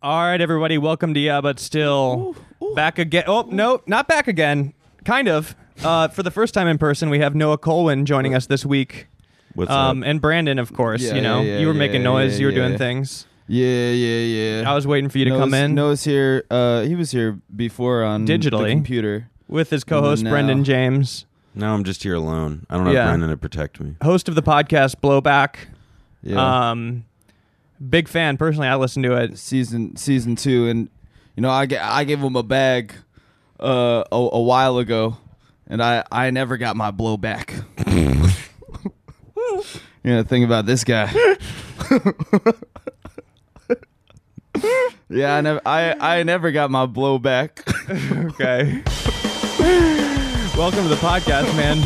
All right, everybody, welcome to Yeah, but still back again. Oh no, not back again. Kind of. Uh, for the first time in person, we have Noah Colwyn joining us this week, What's um, up? and Brandon, of course. Yeah, you know, yeah, you were yeah, making yeah, noise, you were yeah, doing yeah. things. Yeah, yeah, yeah. I was waiting for you to Noah's- come in Noah's here. Uh, he was here before on Digitally. the computer. with his co-host No. Brendan James, Now I'm just here alone. I don't Yeah. have Brandon to protect me. host of the podcast Blowback. Yeah, Um, big fan personally. I listen to it. season season two, and you know I, ga- I gave him a bag uh, a, a while ago, and I I never got my blowback. you know, think about this guy. yeah, I never I I never got my blowback. Okay. welcome to the podcast, man.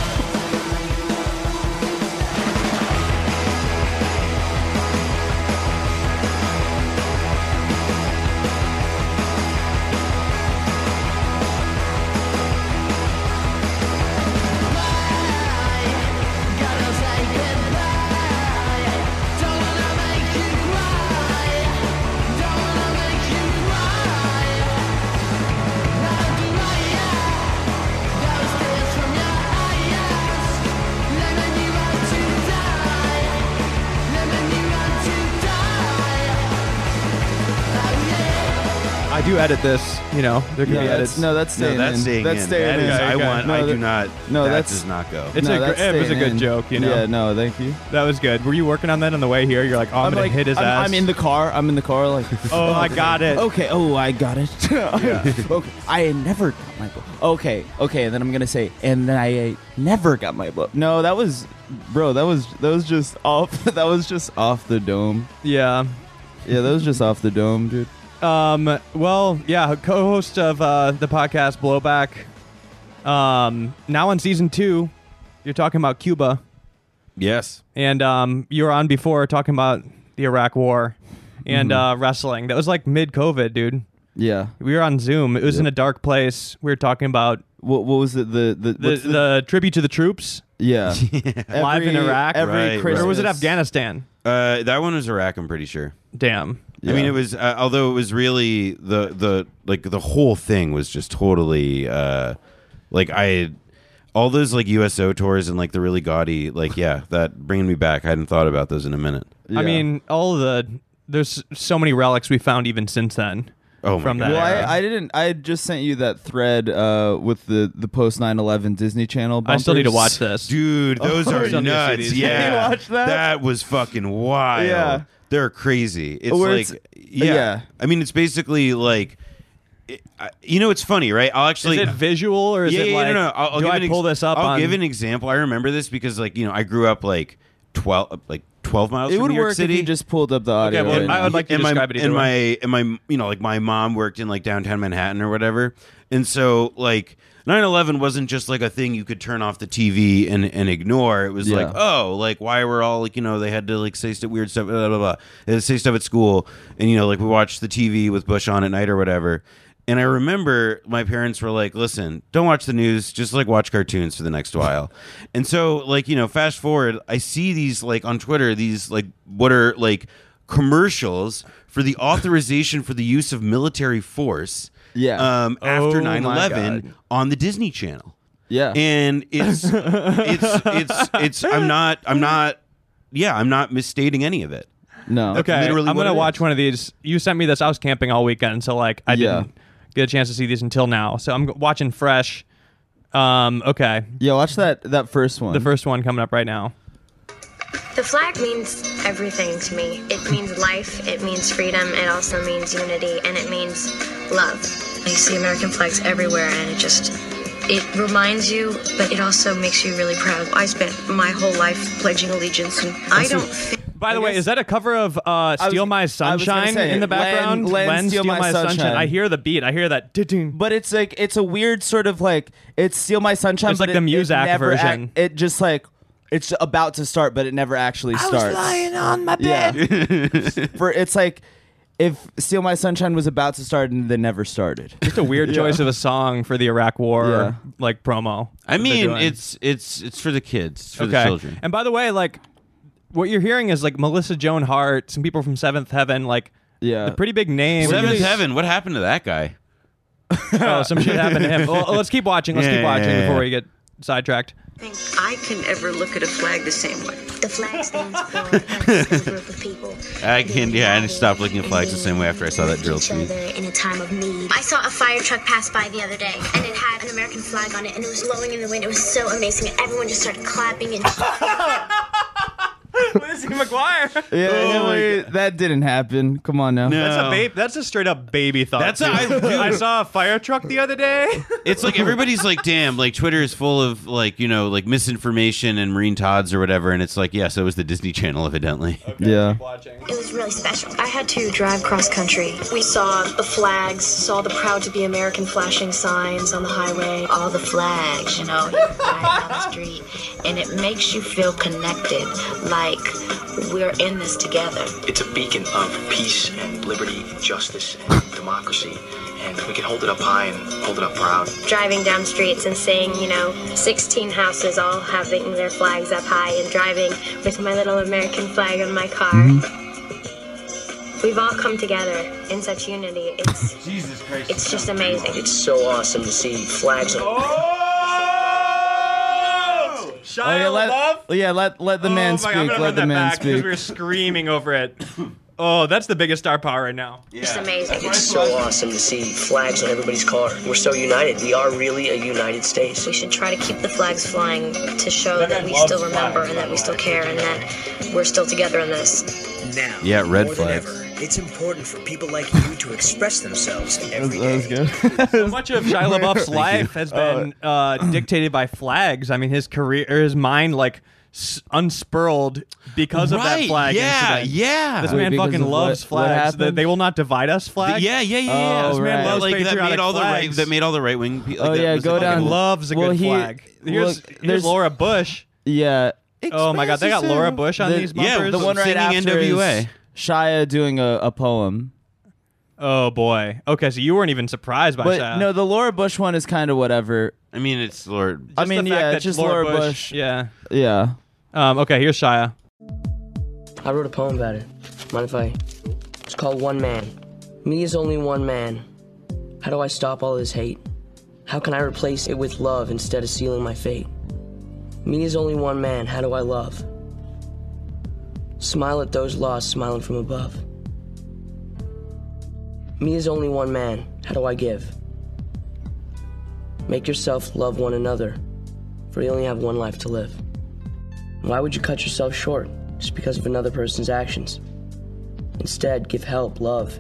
I do edit this. You know, there can No, be that's, edits. no, that's No, staying that's in. staying that's in. staying That in. is- I Okay. want. No, I that- do not. no, that that's- does not go. It's No, a gr- that's it was a staying good in. joke, you know? Yeah, no, thank you. That was good. Were you working on that on the way here? You're like, oh, I'm, gonna like hit his I'm, ass. I'm in the car. I'm in the car. Like, Oh, I got it. okay. Oh, I got it. okay, I never got my book. Okay, okay. And then I'm gonna say, and then I uh, never got my book. No, that was, bro. That was that was just off. that was just off the dome. Yeah. Yeah, that was just off the dome, dude. Um. Well, yeah. Co-host of uh, the podcast Blowback. Um. Now on season two, you're talking about Cuba, Yes. and um, you were on before talking about the Iraq War, and uh, wrestling. That was like mid-COVID, dude. Yeah. We were on Zoom. It was in Yep. a dark place. We were talking about What, what was it? The the, the, what's the, tribute to the troops. yeah. Live in Every- Iraq? Every Right, right. Christmas. Or was it Afghanistan? Uh, that one was Iraq. I'm pretty sure. Damn. Yeah. I mean, it was. Uh, although it was really the the like the whole thing was just totally uh, like I all those like USO tours and like the really gaudy like yeah that bringing me back. I hadn't thought about those in a minute. I Yeah. mean, all the there's so many relics we found even since then. Oh my From that God. Well, era. I, I didn't. I just sent you that thread uh, with the the post 9/11 Disney Channel. I still need to bumpers. watch this. Dude, those Oh, are yeah. nuts. Did you Yeah. watch that? was fucking wild. Yeah. They're crazy. It's Where like it's- yeah. yeah. I mean, it's basically like it, I, you know it's funny, right? I'll actually is it visual or is yeah, it yeah, like no, no. I'll, I'll do give I an ex- pull this up I'll on give an example. I remember this because like, you know, I grew up like 12 like 12 miles It from would New York work City. if you just pulled up the audio. well, right I now. would like to and describe my, it either and way. my and my you know like my mom worked in like downtown Manhattan or whatever, and so like 9/11 wasn't just like a thing you could turn off the TV and and ignore. It was Yeah. like oh like why were all like you know they had to like say stuff weird stuff blah blah blah They had to say stuff at school, and you know like we watched the TV with Bush on at night or whatever. And I remember my parents were like, "Listen, don't watch the news. Just like watch cartoons for the next while." and so, like you know, fast forward, I see these like on Twitter, these like what are like commercials for the authorization for the use of military force Yeah. um, after Oh my 9-11 on the disney channel yeah. and it's it's it's it's i'm not i'm not yeah i'm not misstating any of it no. Okay, literally I'm what gonna it watch is. one of these. You sent me this. I was camping all weekend, so like I Yeah. didn't get a chance to see these until now. So I'm g- watching fresh. Um, okay, Yeah. Watch that that first one. the first one coming up right now. The flag means everything to me. It means life, it means freedom, it also means unity, and it means love. I see American flags everywhere, and it just. It reminds you, but it also makes you really proud. I spent my whole life pledging allegiance, and I don't. Fi- By the way, guess- is that a cover of uh, was- "Steal My I was gonna Sunshine" say, in the Len- background? Len, Steal My Sunshine. I hear the beat. I hear that. Ding. But it's like it's a weird sort of like it's steal my sunshine. It's but like the it- it Muzak never act- version. it just like it's about to start, but it never actually starts. on my yeah. For it's like if steal my sunshine was about to start and then never started. Just a weird choice of a song for the Iraq War Yeah. like promo. i that they're mean doing. it's it's it's for the kids it's for okay. the children And by the way, like what you're hearing is like Melissa Joan Hart, some people from Seventh Heaven, like Yeah. Pretty big name. Seventh Heaven. What happened to that guy? Oh, some shit happened to him. Well, let's keep watching. Let's Yeah, keep yeah, watching yeah, before yeah. we get sidetracked. think I can ever look at a flag the same way. The flag stands for us, a group of people. I can- yeah, I stopped looking at And flags the same way after I saw that we drill each tweet. other in a time of need. I saw a fire truck pass by the other day, and it had an American flag on it, and it was blowing in the wind. It was so amazing. Everyone just started clapping and. Lizzie McGuire. Yeah, Oh yeah, my wait, that didn't happen. Come on now. No. That's a babe. That's a straight up baby thought. That's a- dude. I- dude. I saw a fire truck the other day. It's like everybody's like, damn, like Twitter is full of like, you know, like misinformation and Marine Todds or whatever. And it's like, yeah, so it was the Disney Channel, evidently. Yeah. It was really special. I had to drive cross country. We saw the flags, saw the proud to be American flashing signs on the highway. All the flags, you know, you drive down the street, and it makes you feel connected, like we're in this together. It's a beacon of peace and liberty, justice and democracy, and we can hold it up high and hold it up proud. Driving down streets and seeing, you know, 16 houses all having their flags up high, and driving with my little American flag on my car. We've all come together in such unity. It's Jesus Christ. it's just amazing. It's so awesome to see flags. on- Oh! Shia Oh, yeah, let, yeah, let let Oh the man speak. let the man speak. screaming over it. Oh, that's the biggest star power right now. It's amazing. It's so awesome to see flags on everybody's car. We're so united. We are really a United States. We should try to keep the flags flying to show that, we still remember and that we still care and that we're still together in this. Now, Yeah, red more flags. than ever, it's important for people like you to express themselves every That day. was good. So much of Shia LaBeouf's life has been uh, dictated by flags. I mean, his career, or his mind, like s- unspurled because of that Right, flag. yeah, incident. yeah. This Wait, man because fucking of what- loves what flags. The, happened? they will not divide us. Yeah, Flag. yeah, yeah, yeah. Oh, This man right. loves Like, that that patriotic made all the right flags. that made all the right wing. Like, Oh, that yeah, was go like- down. loves a Well, good he- flag. Here's, look, here's there's- Laura Bush. yeah. Oh my God, they got Laura Bush on The- these yeah, bumpers. The one right Singing after is NWA. Shia doing a, a poem. Oh boy. Okay, so you weren't even surprised by But that. no, the Laura Bush one is kind of whatever. I mean, it's Lord. I mean, yeah, it's just Laura, Bush. Yeah. Yeah. Um, okay, here's Shia. I wrote a poem about it. Mind if I? It's called One Man. Me is only one man. How do I stop all this hate? How can I replace it with love instead of sealing my fate? Me is only one man. How do I love? Smile at those lost smiling from above. Me is only one man. How do I give? Make yourself love one another, for you only have one life to live. Why would you cut yourself short just because of another person's actions? Instead, give help, love,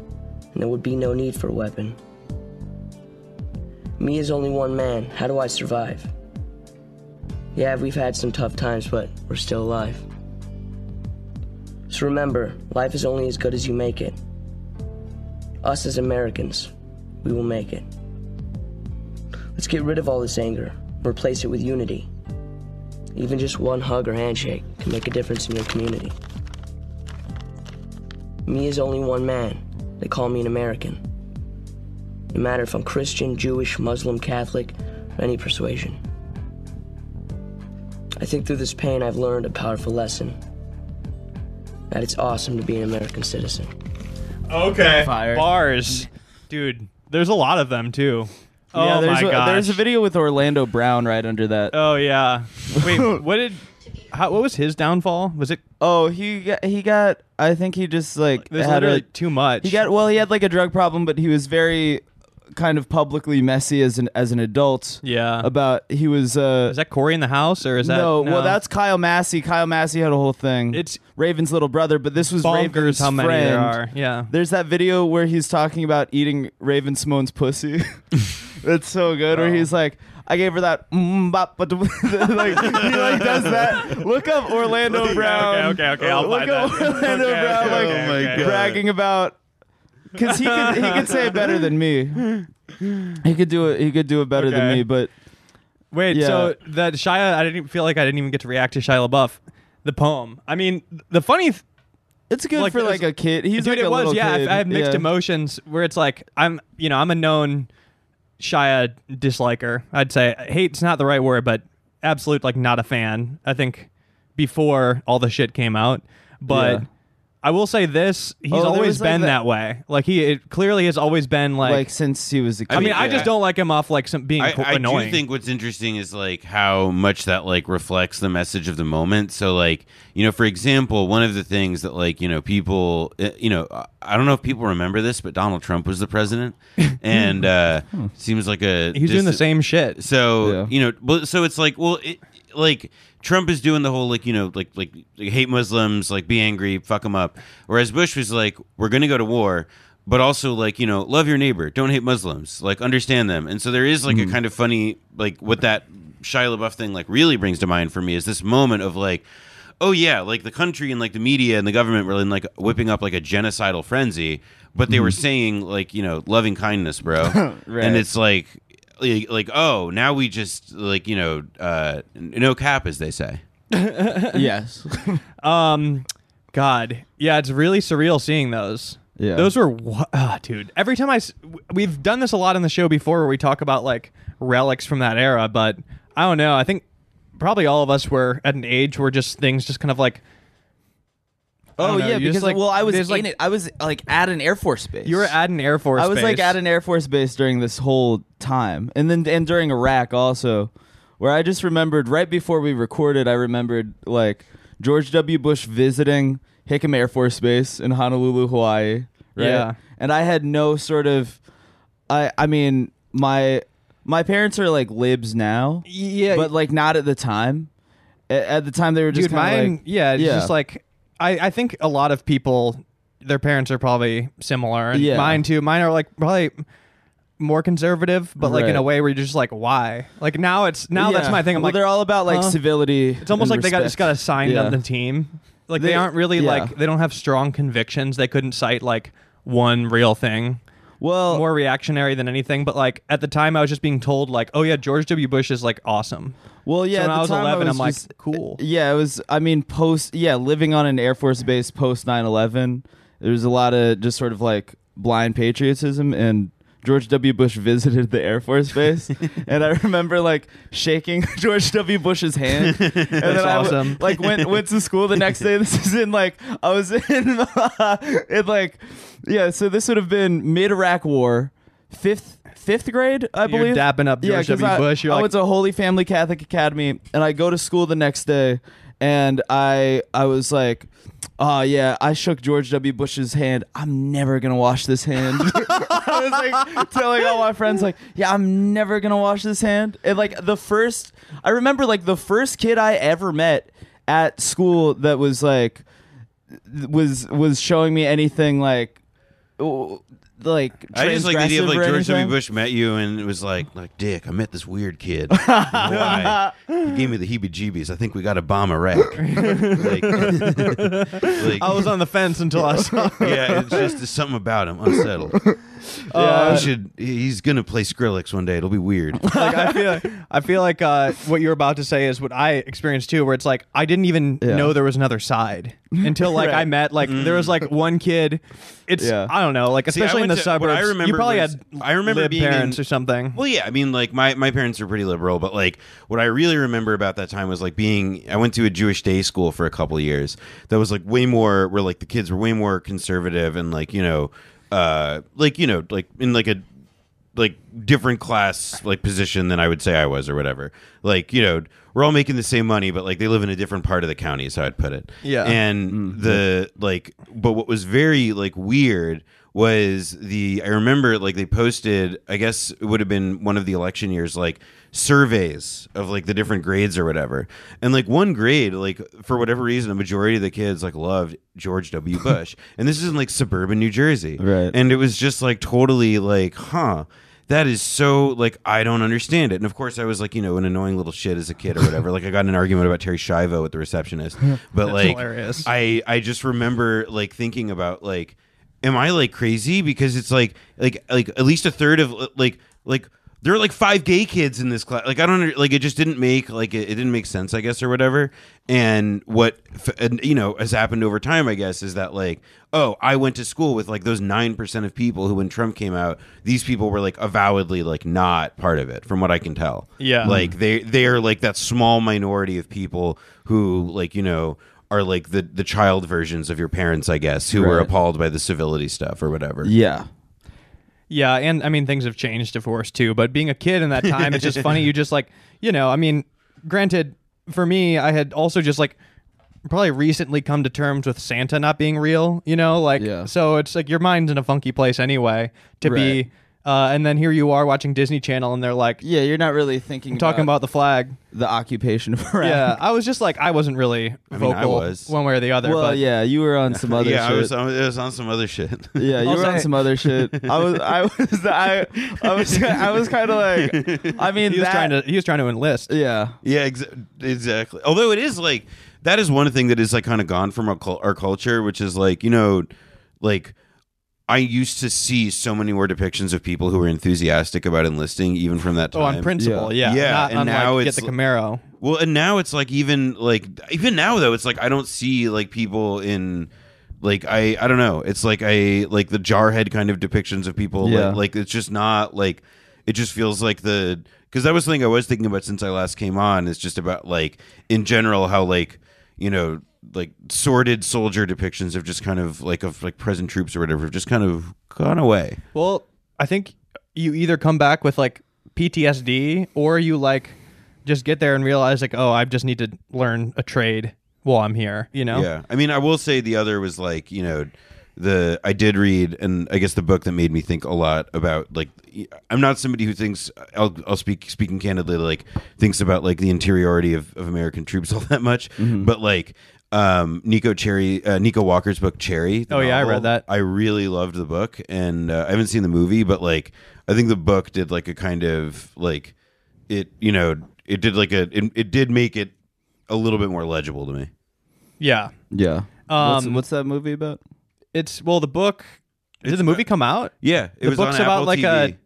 and there would be no need for a weapon. Me is only one man. How do I survive? Yeah, we've had some tough times, but we're still alive. So remember, life is only as good as you make it. Us as Americans, we will make it. Let's get rid of all this anger, replace it with unity. Even just one hug or handshake can make a difference in your community. Me is only one man. They call me an American. No matter if I'm Christian, Jewish, Muslim, Catholic, or any persuasion. I think through this pain I've learned a powerful lesson that it's awesome to be an American citizen. Okay. Fire. Bars. Dude, there's a lot of them too. Oh yeah, my there's a, god. There's a video with Orlando Brown right under that. Oh yeah. Wait, what did how, what was his downfall? Was it oh, he got, he got. I think he just like there's had literally a, too much. He got well. He had like a drug problem, but he was very kind of publicly messy as an as an adult. Yeah. About he was. Uh, Is that Corey in the house or is that no, well, that's Kyle Massey. Kyle Massey had a whole thing. It's Raven's little brother, but this was bonkers Raven's how many friend. there are. Yeah. There's that video where he's talking about eating Raven Simone's pussy. That's so good. Where he's like, I gave her that. mm, bop, but like he like does that. Look up Orlando Brown. okay, okay, I'll Look find up that. Orlando Okay, Brown okay, like okay, Oh my okay. God. bragging about. Cause he could he could say it better than me. He could do it. He could do it better than Okay. me. But Wait, Yeah. so that Shia I didn't even feel like I didn't even get to react to Shia LaBeouf. The poem. I mean, the funny th- it's good Like, for it was- like a kid. He's dude, like a it was. little Yeah, kid. I, I have mixed Yeah. emotions where it's like I'm, you know, I'm a known Shia disliker. I'd say hate's not the right word, but absolute like not a fan. I think before all the shit came out, but Yeah. I will say this: he's Oh, there always was, like, been that- that, way. Like he it clearly has always been like. Like, since he was a kid. I mean, mean, I yeah. just don't like him off like some being I, qu- I annoying. do think what's interesting is like how much that like reflects the message of the moment. So like you know, for example, one of the things that like you know people uh, you know I- I don't know if people remember this, but Donald Trump was the president, and uh, seems like a Hmm. he's doing the distant- same shit. So Yeah. you know, but so it's like, well, it, like Trump is doing the whole like you know, like like hate Muslims, like be angry, fuck them up. Whereas Bush was like, we're gonna go to war, but also like you know, love your neighbor, don't hate Muslims, like understand them. And so there is Mm-hmm. like a kind of funny like what that Shia LaBeouf thing like really brings to mind for me is this moment of like. Oh yeah, like the country and like the media and the government were in like whipping up like a genocidal frenzy, but they were saying like you know loving kindness, bro, Mm-hmm. Right. and it's like like, like, oh now we just like you know uh n- no cap as they say yes. Um, God, yeah, it's really surreal seeing those. Yeah. those were wha- ah, dude. Every time I, s- w- we've done this a lot on the show before, where we talk about like relics from that era. But I don't know. I think probably all of us were at an age where just things just kind of like. I Oh don't know, yeah, you just, because well, I was in there's, like, it. I was like at an Air Force base. You were at an Air Force. I was like base. at an Air Force base during this whole time, and then and during Iraq also, where I just remembered right before we recorded, I remembered like George W. Bush visiting Hickam Air Force Base in Honolulu, Hawaii. Right? Yeah. and I had no sort of, I I mean my my parents are like libs now, yeah, but like not at the time. A- At the time, they were just dude, kinda mine. like, yeah, it's yeah. just like I. I think a lot of people, their parents are probably similar. And Yeah. mine too. Mine are like probably more conservative, but like in Right. a way where you're just like, why? Like now it's now that's Yeah. my thing. I'm well, like they're all about like huh? civility. It's almost like and they got just respect. got assigned Yeah. on the team. Like they, They- aren't really yeah. like they don't have strong convictions. They couldn't cite like one real thing. Well, More reactionary than anything, but like at the time I was just being told like, oh yeah, George W. Bush is like awesome. Well, yeah. So at when the I was time, 11, I'm like, just- cool. Yeah, it was. I mean, post. Yeah, living on an Air Force base post 9/11, there was a lot of just sort of like blind patriotism and. George W. Bush visited the Air Force base, and I remember like shaking George W. Bush's hand. And That's then I w- awesome. like went went to school the next day. This is in like I was in in like yeah. So this would have been mid Iraq War, fifth fifth grade, I You're believe. dapping up George 'cause W. I- Bush. You're I like- went to a Holy Family Catholic Academy, and I go to school the next day, and I I was like, oh yeah, I shook George W. Bush's hand. I'm never gonna wash this hand. I was like telling all my friends, like, yeah, I'm never gonna wash this hand. And like the first, I remember like the first kid I ever met at school that was like was was showing me anything like oh, like i just like the idea of transgressive like or george w anything. bush met you and it was like like dick i met this weird kid in Hawaii. he gave me the heebie jeebies i think we got to bomb iraq like, like, I was on the fence until I saw yeah it's just there's something about him unsettled Yeah. we should he's gonna play skrillex one day it'll be weird like I feel I feel like uh, what you're about to say is what I experienced too, where it's like I didn't even Yeah. know there was another side until like I met like there was like one kid. It's Yeah. I don't know, like Mm. See, I especially in the went to- what suburbs. I remember you probably was- had I remember lib being in- parents or something. Well, yeah, I mean, like my, my parents are pretty liberal, but like what I really remember about that time was like being. I went to a Jewish day school for a couple of years that was like way more where like the kids were way more conservative and like you know, uh, like you know, like in like a like different class like position than I would say I was or whatever. Like you know, we're all making the same money, but like they live in a different part of the county, is how I'd put it. Mm, Yeah. and the like, but what was very like weird was the I remember like they posted. I guess it would have been one of the election years, like surveys of like the different grades or whatever. And like one grade, like for whatever reason, a majority of the kids like loved George W. Bush, and this is in like suburban New Jersey, Right. And and it was just like totally like huh that is so like i don't understand it and of course i was like you know an annoying little shit as a kid or whatever like i got in an argument about terry shivo with the receptionist but like hilarious. i i just remember like thinking about like am i like crazy because it's like like like at least a third of uh, like like there are like five gay kids in this class. Like I don't under- like it just didn't make like it, it didn't make sense, I guess, or whatever. And what f- and, you know has happened over time, I guess, is that like oh, I went to school with like those nine percent of people who, when Trump came out, these people were like avowedly like not part of it, from what I can tell. Yeah. like they they are like that small minority of people who like you know are like the the child versions of your parents, I guess, who were Right. appalled by the civility stuff or whatever. Yeah. Yeah, and I mean things have changed, of course, too. But being a kid in that time, it's just funny. You just like, you know, I mean, granted, for me, I had also just like probably recently come to terms with Santa not being real. You know, like Yeah. so it's like your mind's in a funky place anyway to Right. be. Uh, and then here you are watching Disney Channel, and they're like Yeah, you're not really thinking talking about the flag. the occupation of Iraq. Yeah, I was just like, I wasn't really vocal I was. one way or the other. Well, but yeah, you were on some other yeah, shit. I was, I was on some other shit. Yeah, you I'll were on say- some other shit. I was, I was, I, I was, I was kind of like, I mean, he was that- trying to he was trying to enlist. yeah, Yeah, ex- exactly. Although it is like that is one thing that is like kind of gone from our, cul- our culture, which is like you know, like I used to see so many more depictions of people who were enthusiastic about enlisting, even from that time. Oh, on principle, Yeah. yeah, Yeah, Not and unlike now get it's- the Camaro. Well, and now it's like even like even now though it's like I don't see like people in like I I don't know. It's like I like the jarhead kind of depictions of people Yeah. like, like, it's just not like it just feels like the cuz that was the thing I was thinking about since I last came on it's just about like in general how like you know like sordid soldier depictions of just kind of like of like present troops or whatever have just kind of gone away. Well, I think you either come back with like PTSD or you like just get there and realize like, oh, I just need to learn a trade while I'm here. You know? Yeah. I mean, I will say the other was like, you know, the I did read and I guess the book that made me think a lot about like I'm not somebody who thinks I'll I'll speak speaking candidly like thinks about like the interiority of, of American troops all that much, Mm-hmm. but like um Nico Cherry uh, Nico Walker's book Cherry. the Oh, yeah, I read that. I really loved the book and uh, I haven't seen the movie, but like I think the book did like a kind of like it, you know, it did like a it, it did make it a little bit more legible to me. Yeah. yeah. what's, Um, what's that movie about? It's well, the book. Did the movie come out? Yeah, it The was book's on about Apple like TV.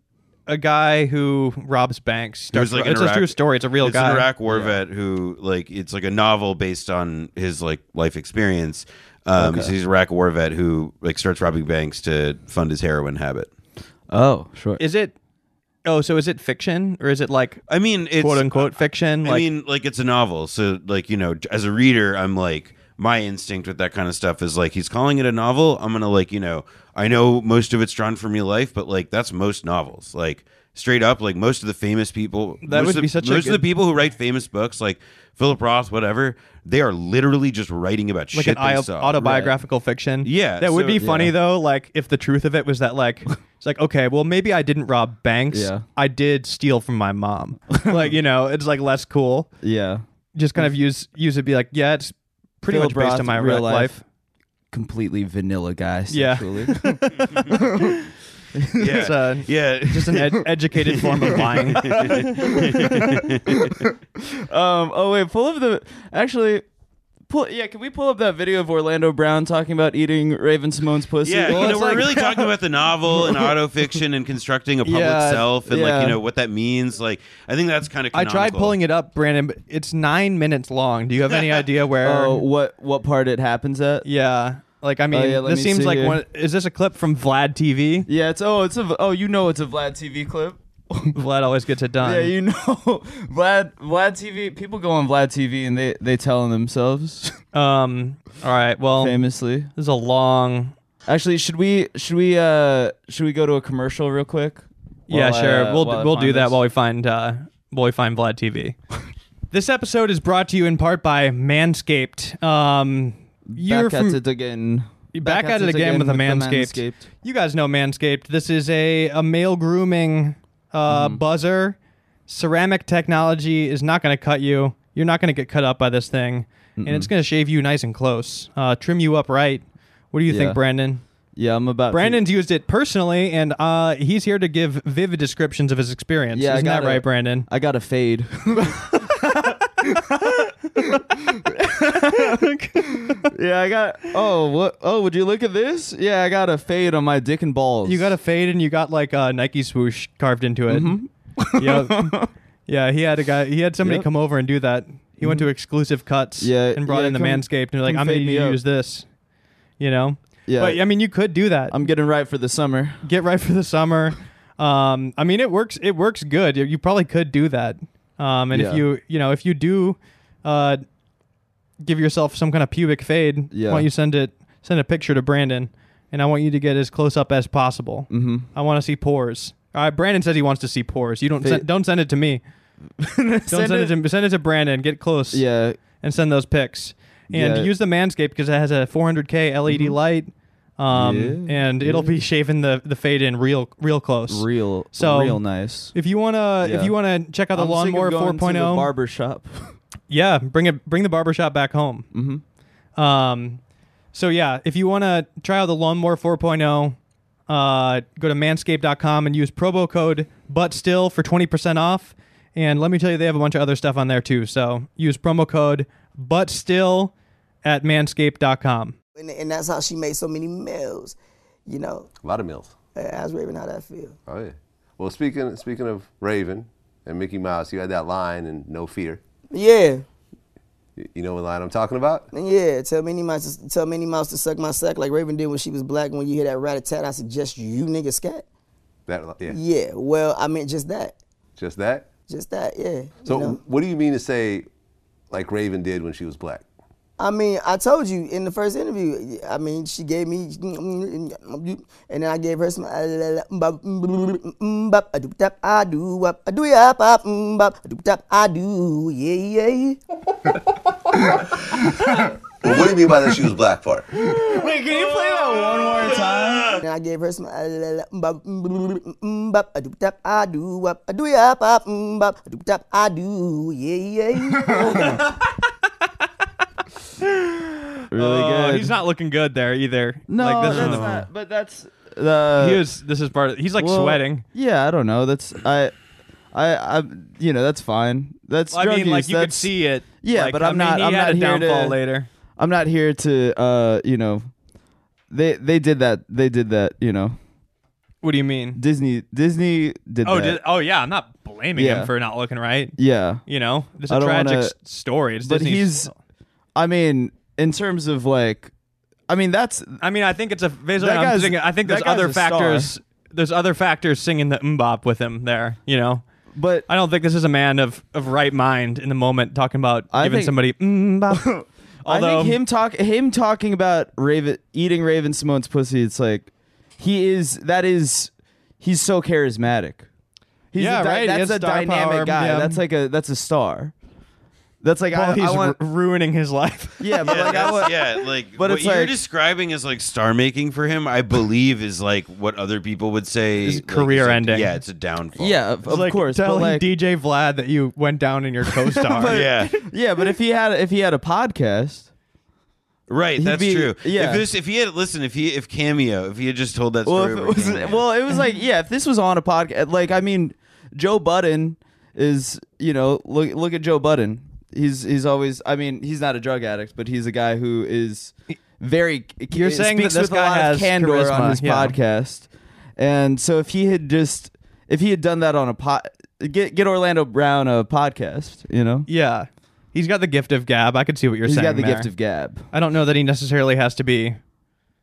a a guy who robs banks. It was starts- like an it's a Iraq- true story. It's a real it's guy. an Iraq war vet who like it's like a novel based on his like life experience. Um, so he's an Iraq war vet who like starts robbing banks to fund his heroin habit. Oh, sure. Is it? Oh, so is it fiction or is it like I mean, it's quote unquote fiction? I like, mean, like it's a novel, so like you know, as a reader, I'm like my instinct with that kind of stuff is like he's calling it a novel. I'm gonna like you know, I know most of it's drawn from real life, but like that's most novels. Like straight up, like most of the famous people, That most would of, be such a most of good- the people who write famous books, like Philip Roth, whatever, they are literally just writing about like shit an they auto- saw. autobiographical fiction. Yeah, that so- would be funny yeah. though. Like if the truth of it was that like it's like okay, well maybe I didn't rob banks. Yeah. I did steal from my mom. like you know, it's like less cool. yeah, Just kind of use use it. Be like yeah, it's pretty Phil much based Roth, on my real real life. completely vanilla guy. Yeah. Sexually. yeah, It's uh, a, yeah. just an ed- educated form of lying. um. Oh wait, pull up the actually. Pull, yeah, can we pull up that video of Orlando Brown talking about eating Raven Simone's pussy? Yeah, Well, you know, it's we're like- really talking about the novel and autofiction and constructing a public Yeah, self and like yeah. you know what that means. Like, I think that's kind of. I tried pulling it up, Brandon. But it's nine minutes long. Do you have any idea where? Oh, what what part it happens at? yeah. Like I mean, yeah, let this me seems see like here. one. Is this a clip from Vlad TV? Yeah, it's oh, it's a oh, you know, it's a Vlad TV clip. Vlad always gets it done. Yeah, you know, Vlad Vlad TV. People go on Vlad TV and they they tell on themselves Um. All right. Well, famously. this is a long. Actually, should we should we uh should we go to a commercial real quick? yeah, While I, sure. uh, we'll while I we'll find do that this? while we find uh while we find Vlad TV. this episode is brought to you in part by Manscaped. Um, you're back at from, it again. back, at, it again, with a Manscaped. You guys know Manscaped. This is a a male grooming uh buzzer. Ceramic technology is not going to cut you. You're not going to get cut up by this thing, and it's going to shave you nice and close, uh, trim you up right. What do you Yeah. think, Brandon? Yeah, I'm about to- Brandon's used it personally, and uh, he's here to give vivid descriptions of his experience. Yeah, I Isn't that gotta- right, Brandon? I got a fade. yeah, I got. Oh, what? Oh, would you look at this? Yeah, I got a fade on my dick and balls. You got a fade, and you got like a Nike swoosh carved into it. yep. Yeah, he had a guy. He had somebody Mm-hmm. Yep. Mm-hmm. come over and do that. He went to exclusive cuts. Yeah, and brought yeah, in the come- Manscaped, and they're like, come "I'm going fade to me up." use this," you know. Yeah. But I mean, you could do that. I'm getting right for the summer. Get right for the summer. Um, I mean, it works. It works good. You, you probably could do that. Um, and Yeah. if you, you know, if you do, uh, give yourself some kind of pubic fade, Yeah. why don't you send it send a picture to Brandon, and I want you to get as close up as possible. Mm-hmm. I want to see pores. All right, Brandon says he wants to see pores. You don't Fa- send, don't send it to me. don't send, it, to send it to Brandon. Get close. Yeah. and send those pics. And Yeah. Mm-hmm. use the Manscaped because it has a 400k LED E light, um, Yeah, and it'll be shaving the, the fade in real real close. Real. So- real nice. If you wanna if Yeah. you wanna check out the I'm sick of lawnmower oh, going to the 4.0, barber shop. yeah, bring it bring the barbershop back home. Mm-hmm. Um, so yeah, if you wanna try out the lawnmower 4.0, uh, go to manscaped.com and use promo code but still for 20% off. And let me tell you, they have a bunch of other stuff on there too. So use promo code but still at manscaped.com. and, and that's how she made so many meals. You know, A lot of mills. I was raving how that feel. Oh yeah. Well, speaking speaking of Raven and Mickey Mouse, you had that line in No Fear. Yeah, Y- You know what line I'm talking about? and yeah. Tell Minnie Mouse, to, tell Minnie Mouse to suck my sack like Raven did when she was black. And when you hear that rat a tat, I suggest you nigga scat. That li- yeah. Yeah, well, I meant just that, Just that. just that. Yeah. So you know? what do you mean to say, like Raven did when she was black? I mean, I told you in the first interview. I mean, she gave me, and then I gave her some. I do tap, I do up, I do up, up, I do tap, I do, yeah, yeah. Well, what do you mean by that she was black part? Wait, can you play that one more time? And I gave her some mbop, a doop tap, I do wop, a do yap, up, mbop, a doop tap, I do, yeah, yeah. Really Oh, good. He's not looking good there either. No, like, this that's is, not. But that's the. he is. This is part of. He's like well, sweating. Yeah, I don't know. That's I. I, I, you know, that's fine. That's. I mean, drug like use. you could That's- see it. Yeah, Like, but I I'm mean, not- He I'm had not a here to- downfall later. I'm not here to, uh, you know, they they did that. They did that. You know, What do you mean? Disney Disney did Oh, that. did, oh yeah. I'm not blaming Yeah. him for not looking right. yeah. You know, this I is a don't tragic wanna- s- story. It's But Disney's- he's, I mean, in terms of like, I mean, that's I mean, I think it's a. Basically, That I'm guy's- thinking, I think that there's guy's other a star. factors. There's other factors singing the mbop with him there. You know, but I don't think this is a man of of right mind in the moment talking about I giving think- somebody mbop. Although I think him talk him talking about Raven eating Raven Simone's pussy. It's like he is that is he's so charismatic. He's Yeah, a dy- right, he has That's a star dynamic power, guy. yeah. That's like a that's a star. That's like Well, I, he's I want. ru- ruining his life. yeah, but like I That's- want. yeah, like But what it's you're like- describing as like star making for him, I believe is like what other people would say Is like, career is a- ending. Yeah, it's a downfall. Yeah, of, of like, course. But Telling like, DJ Vlad that you went down in your co-star. yeah, yeah, but if he had if he had a podcast, right. That's be- true. yeah. If this, if he had listen, if he, if cameo, if he had just told that well, story, if it over was Cameo. well, it was like yeah, if this was on a podcast, like I mean, Joe Budden is you know look look at Joe Budden. He's he's always I mean he's not a drug addict, but he's a guy who is very. You're saying that speaks this with a guy lot has of candor charisma, on his yeah. podcast, and so if he had just if he had done that on a pot. Get get Orlando Brown a podcast, you know. Yeah. He's got the gift of gab. I could see what you're He's saying. got the there. gift of gab. I don't know that he necessarily has to be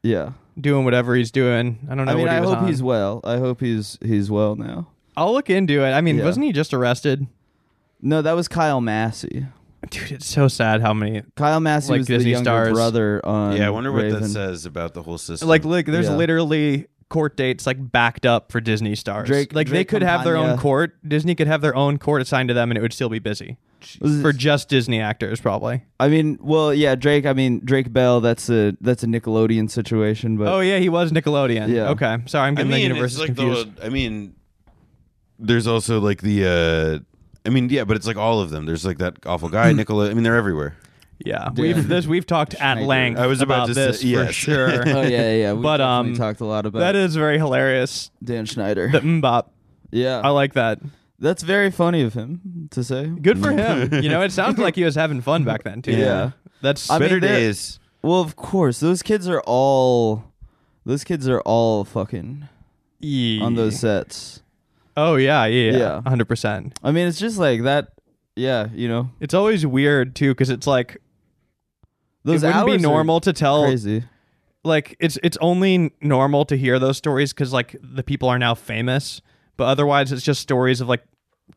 Yeah, doing whatever he's doing. I don't know. I mean, what he I was hope on. he's well. I hope he's he's well now. I'll look into it. I mean, Yeah. wasn't he just arrested? No, that was Kyle Massey. Dude, it's so sad how many. Kyle Massey Like was Disney the younger stars. brother on. yeah, I wonder what that Raven. says about the whole system. Like, look, there's Yeah. literally court dates like backed up for Disney stars. Drake- like they Drake could have their own Campagna. court. Disney could have their own court assigned to them, and it would still be busy Was it- for just Disney actors, probably. I mean, well, yeah, Drake. I mean, Drake Bell. That's a that's a Nickelodeon situation, but Oh yeah, he was Nickelodeon. Yeah. Okay, sorry, I'm I getting mean, the universes it's like confused. the. I mean, there's also like the. uh I mean, yeah, but it's like all of them. There's like that awful guy, Hmm. Nicola. I mean, they're everywhere. yeah, we've this we've talked at length. I was about to say- this for yes. sure. Oh, yeah, yeah. We But, definitely um, talked a lot about That is very hilarious. Dan Schneider. The mbop. yeah, I like that. that's very funny of him to say. Good for him. You know, it sounds like he was having fun back then too. Yeah. That's I mean, Better they're- days. Well, of course, those kids are all those kids are all fucking Ye- on those sets. Oh yeah, yeah, yeah. Yeah. 100%. I mean, it's just like that. Yeah, you know, It's always weird too cuz it's like those it wouldn't hours be are normal to tell Crazy. like it's it's only normal to hear those stories cuz like the people are now famous, but otherwise it's just stories of like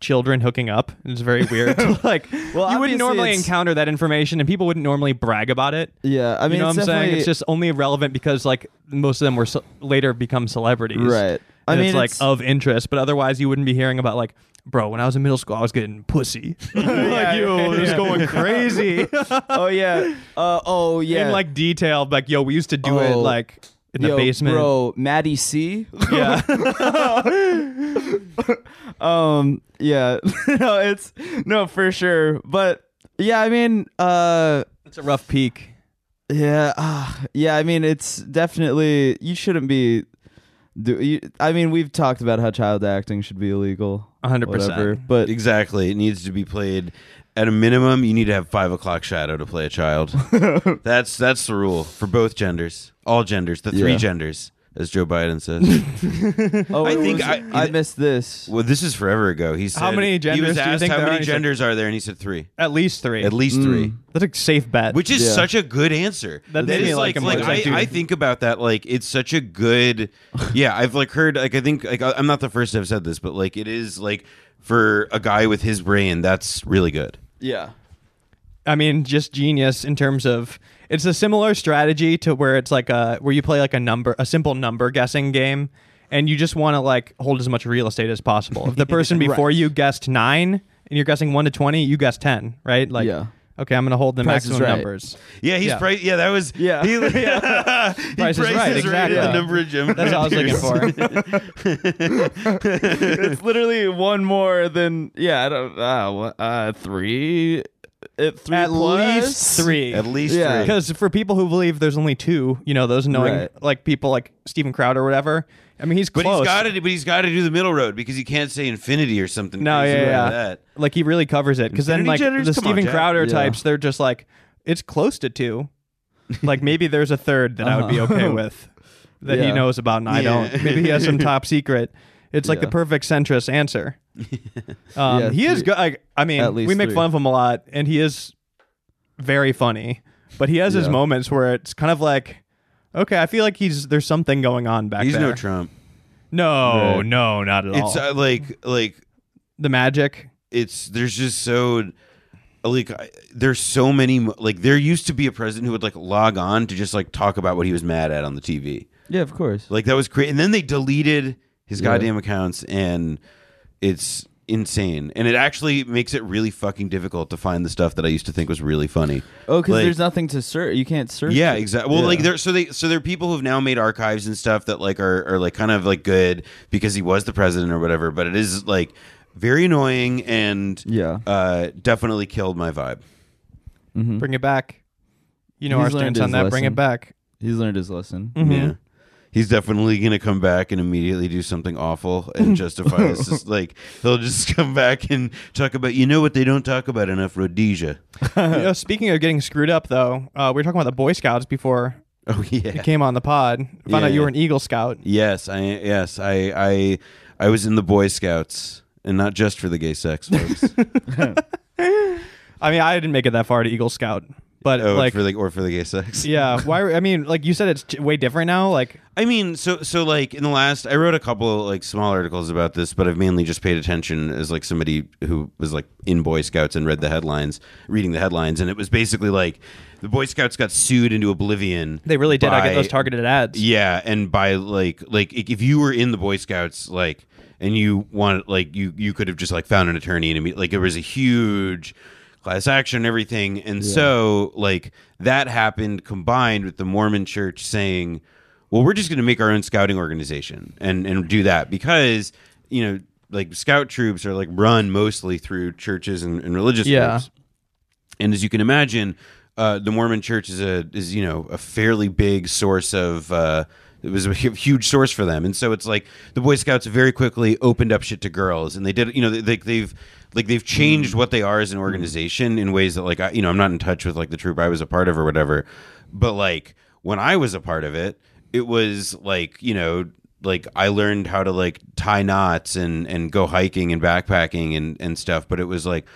children hooking up. It's very weird. like you obviously wouldn't normally it's- encounter that information, and people wouldn't normally brag about it. Yeah, I mean, you know it's what I'm saying? definitely- It's just only relevant because like most of them were ce- later become celebrities, Right. I I mean, mean, it's like it's- of interest, but otherwise you wouldn't be hearing about like, bro, when I was in middle school, I was getting pussy. like yo, it was going crazy. oh yeah. Uh, oh yeah. In like detail, like yo, we used to do Oh. it like in the Yo, basement. bro. Maddie C. Yeah. um yeah no it's no for sure but yeah i mean uh it's a rough peak yeah ah, yeah i mean it's definitely you shouldn't be do you, i mean we've talked about how child acting should be illegal 100%. whatever, but exactly, it needs to be played at a minimum. You need to have five o'clock shadow to play a child. that's that's the rule for both genders, all genders, the three Yeah. genders, as Joe Biden says. oh I wait, think was- I- I missed this well, this is forever ago. He said How many He genders was do you asked think how there are?" many He said- genders are there, and he said three. At least three. At least three. That's a safe bet. Which is Yeah. such a good answer. That made is me like him like, more. It's like, dude. I, I think about that. Like it's such a good. Yeah, I've like heard. Like I think like I- I'm not the first to have said this, but like it is like for a guy with his brain, that's really good. yeah I mean, just genius in terms of it's a similar strategy to where it's like a where you play like a number, a simple number guessing game, and you just want to like hold as much real estate as possible. If the person Right. before you guessed nine and you're guessing one to twenty, you guess ten, right? Like, Yeah. okay, I'm gonna hold the Price is maximum right. numbers. Yeah, he's Yeah. yeah. Yeah, that was. Yeah. he, yeah. he Price is right, exactly. the number of gym. That's what I was looking for. it's literally one more than yeah i don't uh, what- uh three at three At plus? least three. At least Yeah. three. Because for people who believe there's only two, you know, those annoying Right. like people like Steven Crowder or whatever. I mean, he's But close. he's got to. But he's got to do the middle road because he can't say infinity or something. No, crazy yeah, like yeah. That. Like he really covers it because then Infinity like Jenners? the Come on, Steven Jack. Crowder Yeah. types, they're just like it's close to two. Like maybe there's a third that I would be okay with that he Yeah. knows about and I Yeah. don't. Maybe he has some top secret. It's like the Yeah. perfect centrist answer. Um, Yeah, he is three- good. I, I mean, at least we make three. fun of him a lot, and he is very funny. But he has his Yeah. moments where it's kind of like, okay, I feel like he's there's something going on back He's there. no Trump. no, Right. no, not at It's all. uh, like like the magic. it's there's just so like I- there's so many mo- like there used to be a president who would like log on to just like talk about what he was mad at on the TV. yeah of course Like that was crazy. And then they deleted his Yeah. goddamn accounts and it's insane. And it actually makes it really fucking difficult to find the stuff that I used to think was really funny. Oh, because Like- there's nothing to search. You can't search. Yeah, it. exactly. Well, Yeah. like there, so they, so there are people who've now made archives and stuff that like are, are like kind of like good because he was the president or whatever. But it is like very annoying and Yeah. uh, definitely killed my vibe. Mm-hmm. Bring it back. You know He's our learned stance on his that. Bring lesson. it back. He's learned his lesson. Mm. Yeah. He's definitely gonna come back and immediately do something awful and justify this. Just like he'll just come back and talk about you know what they don't talk about enough Rhodesia. you know, speaking of getting screwed up, though, uh, we were talking about the Boy Scouts before Oh you yeah. came on the pod. Found Yeah, out you yeah. were an Eagle Scout. Yes, I yes I I I was in the Boy Scouts and not just for the gay sex folks. I mean, I didn't make it that far to Eagle Scout, but oh, like, for the or for the gay sex. yeah. Why? I mean, like you said, it's j- way different now. Like, I mean, so so like in the last, I wrote a couple like small articles about this, but I've mainly just paid attention as like somebody who was like in Boy Scouts and read the headlines, reading the headlines, and it was basically like the Boy Scouts got sued into oblivion. they really did. I get by- those targeted ads. Yeah, and by like like i- if you were in the Boy Scouts, like and you wanted like you you could have just like found an attorney and imme- like it was a huge class action and everything, and so like that happened combined with the Mormon Church saying, well, we're just going to make our own scouting organization and and do that because you know like scout troops are like run mostly through churches and, and religious Yeah. groups. And as you can imagine, uh, the Mormon Church is a is you know a fairly big source of. Uh, it was a hu- huge source for them, and so it's like the Boy Scouts very quickly opened up shit to girls, and they did. You know, they, they've like they've changed what they are as an organization in ways that like I, you know I'm not in touch with like the troop I was a part of or whatever, but like when I was a part of it, it was like you know like I learned how to like tie knots and and go hiking and backpacking and and stuff, but it was like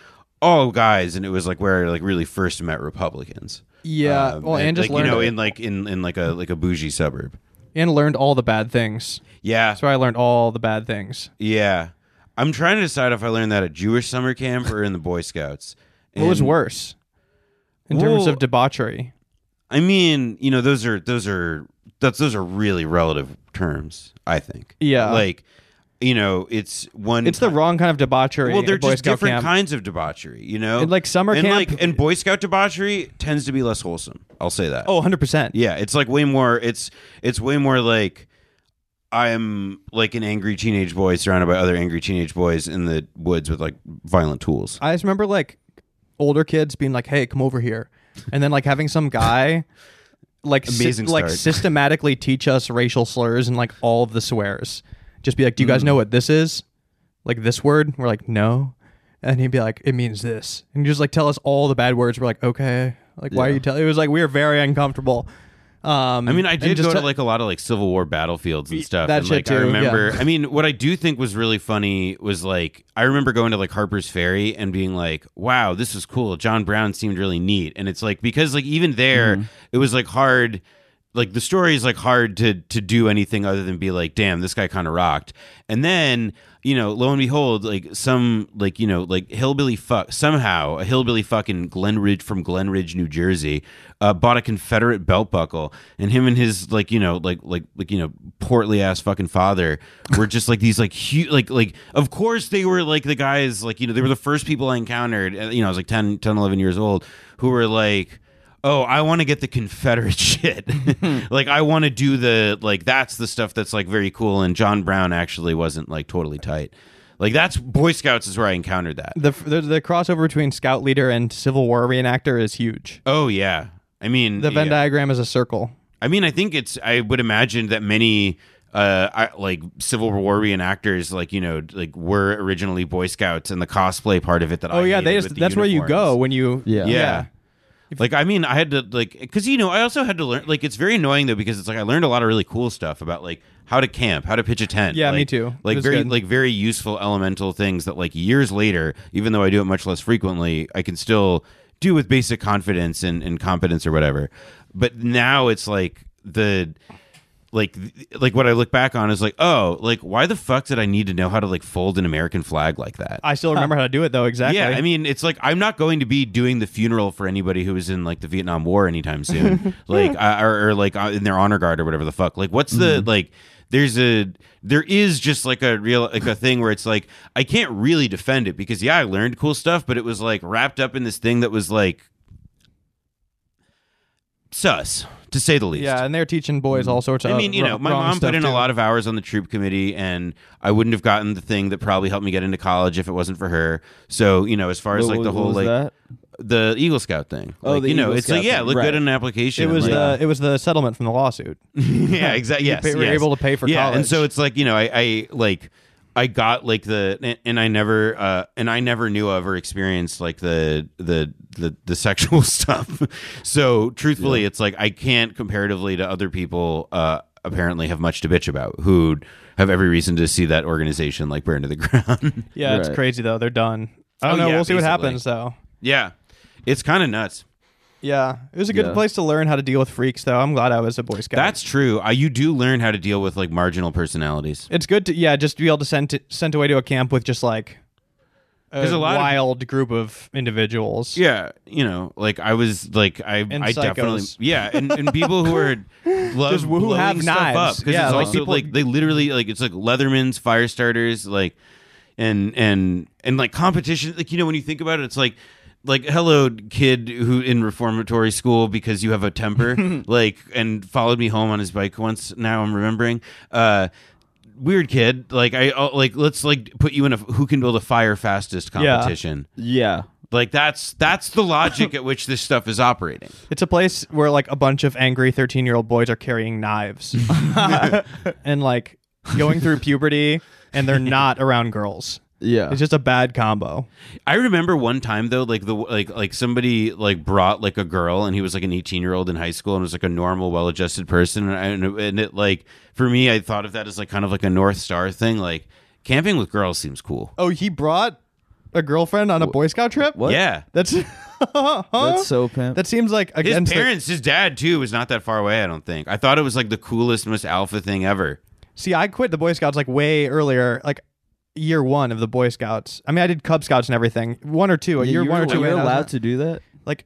all guys, and it was like where I like really first met Republicans. Yeah, Um, well, and, just like, learned you know in like in in like a like a bougie suburb. and learned all the bad things. Yeah, That's where I learned all the bad things. yeah. I'm trying to decide if I learned that at Jewish summer camp or in the Boy Scouts. What was worse in terms of debauchery? I mean, you know, those are those are that's those are really relative terms. I think. Yeah. Like, you know, it's one. It's the wrong kind of debauchery. well, they're at Boy just Scout different camp. kinds of debauchery. You know, And, like, summer and camp- like and Boy Scout debauchery tends to be less wholesome. I'll say that. Oh, 100 percent. Yeah, it's like way more. It's it's way more like I'm like an angry teenage boy surrounded by other angry teenage boys in the woods with like violent tools. I just remember like older kids being like, "Hey, come over here," and then like having some guy like sy- Amazing like start. systematically teach us racial slurs and like all of the swears. Just be like, "Do you Mm. guys know what this is?" Like this word, we're like, "No," and he'd be like, "It means this," and just like tell us all the bad words. We're like, "Okay." Like, why are you telling? It was like we were very uncomfortable. Um, I mean, I and did just go to te- like a lot of like Civil War battlefields and stuff. that and, shit like, I too, remember. yeah. I mean, what I do think was really funny was like I remember going to like Harper's Ferry and being like, "Wow, this is cool." John Brown seemed really neat, and it's like because like even there, Mm-hmm. it was like hard. Like the story is like hard to to do anything other than be like, "Damn, this guy kind of rocked." And then you know, lo and behold, like some like you know like hillbilly fuck somehow a hillbilly fuck in Glen Ridge from Glen Ridge, New Jersey, uh, bought a Confederate belt buckle, and him and his like you know like like like you know portly ass fucking father were just like these like huge like like of course they were like the guys like you know they were the first people I encountered uh, you know I was like 10, 10 11 years old who were like oh i want to get the confederate shit like i want to do the like that's the stuff that's like very cool and john brown actually wasn't like totally tight like that's boy scouts is where i encountered that the, the the crossover between scout leader and Civil War reenactor is huge. oh yeah i mean The Venn yeah. diagram is a circle. I mean, I think it's. I would imagine that many, uh, I, like Civil War reenactors, like you know, like were originally Boy Scouts, and the cosplay part of it that. Oh I yeah, they hated just with the that's where you uniforms. go when you Yeah. Like I mean, I had to like because you know I also had to learn. Like it's very annoying though because it's like I learned a lot of really cool stuff about like how to camp, how to pitch a tent. Yeah, me like- too. It Like was very good. like very useful elemental things that like years later, even though I do it much less frequently, I can still do with basic confidence and, and competence or whatever. But now it's like the like th- like what I look back on is like oh like why the fuck did I need to know how to like fold an American flag like that? I still remember how to do it though. Exactly. Yeah, I mean, it's like I'm not going to be doing the funeral for anybody who was in like the Vietnam War anytime soon, like I- or, or like uh, in their honor guard or whatever the fuck. Like, what's Mm-hmm. the like? There's a there is just like a real like a thing where it's like I can't really defend it because yeah, I learned cool stuff, but it was like wrapped up in this thing that was like sus to say the least. yeah, and they're teaching boys Mm-hmm. all sorts of. I mean, you know, my mom put in a lot of hours on the troop committee, and I wouldn't have gotten the thing that probably helped me get into college if it wasn't for her. So, you know, as far as What- like the what whole was like that? the Eagle Scout thing, Oh, Like, the you know, Eagle it's Scout like yeah, thing. look Right. good in an application. It was like- the it was the settlement from the lawsuit. yeah, exactly. You Yes, pay- were yes. able to pay for yeah, college. and so it's like you know, I, I like I got like the and, and I never uh and I never knew of or experienced like the the the, the sexual stuff. So truthfully, it's like I can't comparatively to other people. uh apparently have much to bitch about who have every reason to see that organization like burn to the ground yeah, it's Right. crazy though. They're done. I don't Oh, know. yeah, we'll see what basically. happens though. yeah it's kind of nuts Yeah, it was a good Yeah. place to learn how to deal with freaks though. I'm glad I was a boy scout. that's true uh, you do learn how to deal with like marginal personalities it's good to yeah just be able to send to, sent away to a camp with just like a, There's a lot of- wild group of individuals. Yeah, you know, like I was like I And I psychos. definitely yeah, and, and people who are love Just who blowing have stuff knives. up because Yeah, it's like also people- like they literally like it's like Leatherman's fire starters like and and and like competition like you know when you think about it it's like like hello kid who in reformatory school because you have a temper like and followed me home on his bike once now I'm remembering uh weird kid like I oh, like let's like put you in a who can build a fire fastest Yeah. competition Yeah. like that's that's the logic at which this stuff is operating. It's a place where like a bunch of angry 13 year old boys are carrying knives and like going through puberty and they're not around girls. Yeah. It's just a bad combo. I remember one time though, like the like like somebody like brought like a girl and he was like an eighteen year old in high school and was like a normal, well adjusted person and I, and it- and it like for me I thought of that as like kind of like a north star thing. Like camping with girls seems cool. Oh, he brought a girlfriend on a Boy Scout trip? What? Yeah, That's That's so pimp. That seems like his against the- parents, his dad too, was not that far away. I don't think. I thought it was like the coolest, most alpha thing ever. See, I quit the Boy Scouts like way earlier. Like year one of the Boy Scouts. I mean, I did Cub Scouts and everything. One or two, a Yeah, year you were one or two. in, allowed- you were I was allowed not- to do that? Like,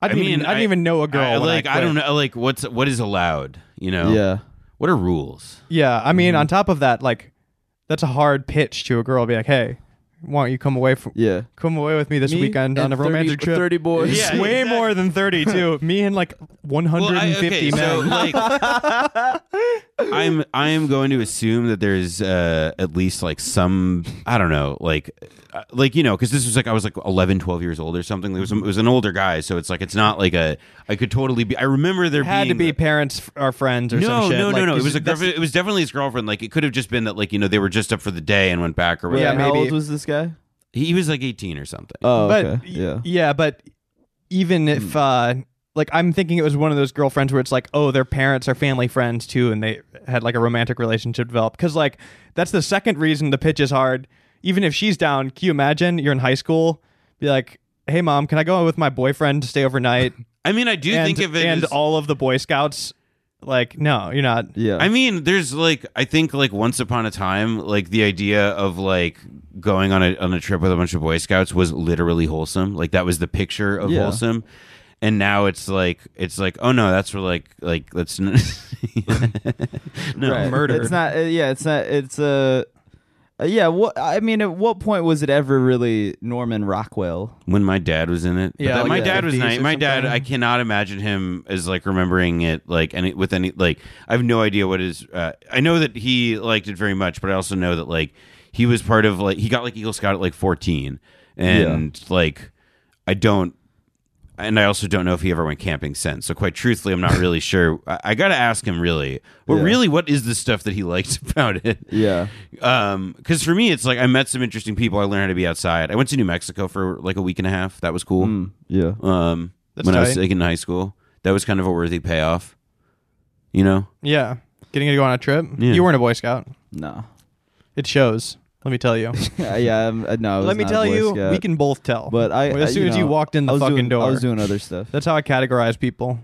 I didn't, even, I didn't even know a girl. I, when like I, quit. don't know. Like what's what is allowed? You know. Yeah. What are rules? Yeah, I mean, Mm-hmm. on top of that, like, that's a hard pitch to a girl. Be like, hey, why don't you come away from? Yeah. Come away with me this Me weekend on and a romantic 30 trip. 30 boys. It's Yeah, way more than thirty too. me and like one hundred and fifty Well, I- men. okay, I'm I am going to assume that there's uh, at least like some I don't know like uh, like you know because this was like I was like 11 12 years old or something it was it was an older guy so it's like it's not like a I could totally be I remember there it had to being be parents f- or friends or no, some shit. No, like, no, no, It this- was a that's- girlfriend. It was definitely his girlfriend. Like it could have just been that, like you know, they were just up for the day and went back Yeah, or Uh, whatever. How maybe. old was this guy? He was like eighteen or something. Oh, but y- yeah. but even if uh like I'm thinking it was one of those girlfriends where it's like, oh, their parents are family friends too, and they had like a romantic relationship developed. Because like that's the second reason the pitch is hard. Even if she's down, can you imagine you're in high school, be like, hey mom, can I go out with my boyfriend to stay overnight? I mean, I do and, think of it and as- all of the Boy Scouts, like, no, you're not. Yeah. I mean, there's like I think like once upon a time, like the idea of like going on a on a trip with a bunch of Boy Scouts was literally wholesome. Like that was the picture of Yeah. wholesome. And now it's like it's like oh no that's for like like let's n- no Right. It's not. Uh, yeah, it's not. It's a. Uh, yeah. What I mean, at what point was it ever really Norman Rockwell? when my dad was in it. But Yeah, that- like my the dad was 50s nice. or My dad, something. I cannot imagine him as like remembering it like any with any like. I have no idea what his. Uh, I know that he liked it very much, but I also know that like he was part of like he got like Eagle Scout at like fourteen, and like I don't. And I also don't know if he ever went camping since. So quite truthfully, I'm not really sure. I, I got to ask him really. But Yeah. really, what is the stuff that he liked about it? Yeah. Um, because for me, it's like I met some interesting people. I learned how to be outside. I went to New Mexico for like a week and a half. That was cool. yeah. Um, That's when I was tight. like, in high school, that was kind of a worthy payoff. You know, Yeah, getting to go on a trip. Yeah. You weren't a Boy Scout. No, it shows. Let me tell you. yeah, yeah. I'm, uh, no. I was Let me not a tell Boy you, Scout. we can both tell. But I, Well, as I- soon as you know, walked in the I was fucking doing- door, I was doing other stuff. That's how I categorize people,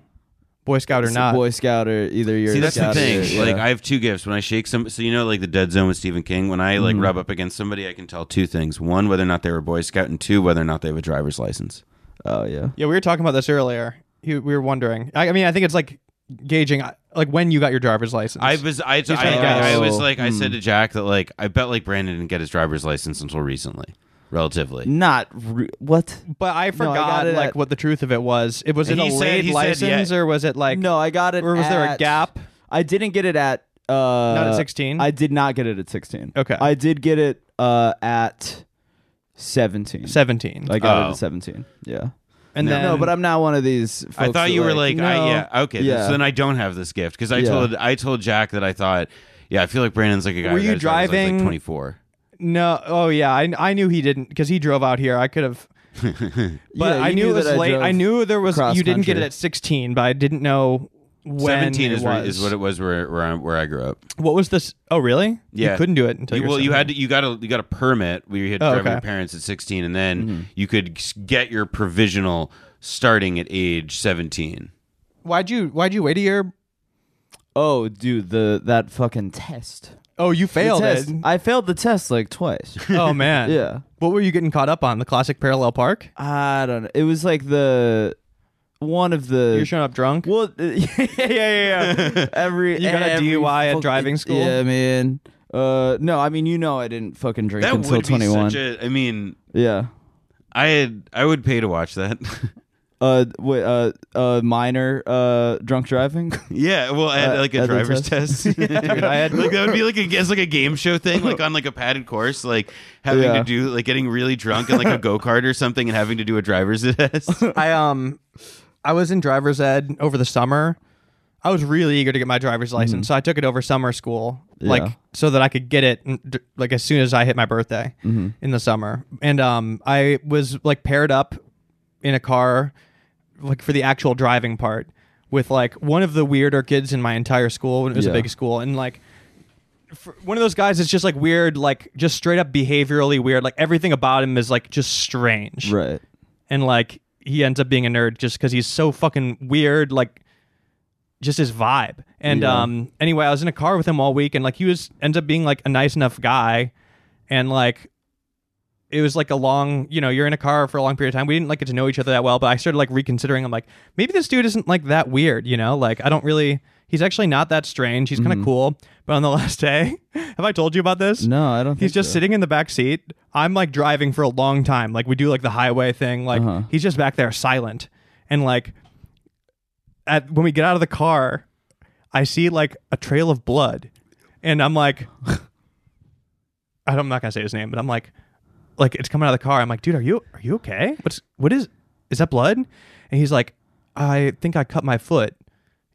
Boy Scout or It's a not. Boy Scout or either you're. see a that's the Scout or thing. you're- yeah. Like I have two gifts. When I shake some, so you know, like the dead zone with Stephen King. When I like Mhm. rub up against somebody, I can tell two things: one, whether or not they were a Boy Scout, and two, whether or not they have a driver's license. Oh yeah. Yeah, we were talking about this earlier. You- We were wondering. I, I mean, I think it's like gauging uh, like when you got your driver's license. I was I, I, Just trying to I, guess. I was like I Hmm. said to Jack that like I bet like Brandon didn't get his driver's license until recently, relatively. Not re- what? But I No, I got forgot it like at- what the truth of it was. It was it He a said- late he said, license yeah. or was it like no? I got it. Or was there a at- gap? I didn't get it at. Uh, not at 16? I did not get it at sixteen. Okay. I did get it uh, at seventeen. 17. I got it Oh. at seventeen. Yeah. And no, then- no, but I'm not one of these. Folks I thought that you were like, I, no. yeah, okay. Yeah. So then I don't have this gift because I Yeah. told I told Jack that I thought, yeah, I feel like Brandon's like a guy. Were who you got his driver's license, driving- Like Twenty four. No. Oh yeah, I I knew he didn't because he drove out here. I could have. But Yeah, I you knew, knew it was that I late. drove I knew there was. You didn't get cross-country. it at 16, but I didn't know when Seventeen it is, where, was. is what it was where where, I'm, where I grew up. What was this? Oh really? Yeah, You couldn't do it until you, you were well, you 17. had to, you got a you got a permit where you had to Oh, drive with okay. Mm-hmm. your parents at sixteen, and then you could s- get your provisional starting at age seventeen. Why'd you Why'd you wait a year? Oh, dude, the that fucking test. Oh, you The failed test. it. I failed the test like twice. Oh man. yeah. What were you getting caught up on? The classic parallel park. I don't know. It was like the one of the. You're showing up drunk. Well, yeah, yeah, yeah. yeah. Every You got a every DUI at fuck- driving school? Yeah, man. Uh, no, I mean you know I didn't fucking drink That until would be 21. such a. I mean, yeah. I had I would pay to watch that. Uh, wait, uh, uh, minor uh, drunk driving. yeah, well, I had Uh, like a other driver's test? test. Dude, I had- like that would be like a guess like a game show thing, like on like a padded course, like having Yeah. to do like getting really drunk in like a go kart or something, and having to do a driver's test. I um, I was in driver's ed over the summer. I was really eager to get my driver's license, so I took it over summer school, Mm-hmm. Yeah. like so that I could get it mm, d- like as soon as I hit my birthday Mhm. in the summer. And um, I was like paired up in a car, like for the actual driving part, with like one of the weirder kids in my entire school. When it was Yeah. a big school, and like for one of those guys that's just like weird, like just straight up behaviorally weird. Like everything about him is like just strange. Right. And like he ends up being a nerd just because he's so fucking weird, like just his vibe. And Yeah. um anyway, I was in a car with him all week and like he was ends up being like a nice enough guy. and like it was like a long you know you're in a car for a long period of time we didn't like get to know each other that well but i started like reconsidering i'm like maybe this dude isn't like that weird you know like i don't really he's actually not that strange he's kind of Mhm. cool but on the last day have i told you about this No, I don't. he's think just so. sitting in the back seat i'm like driving for a long time like we do like the highway thing like Uh-huh. he's just back there silent and like at when we get out of the car i see like a trail of blood and i'm like I don't- i'm not gonna say his name but i'm like like it's coming out of the car i'm like dude are you are you okay what's what is is that blood and he's like i think i cut my foot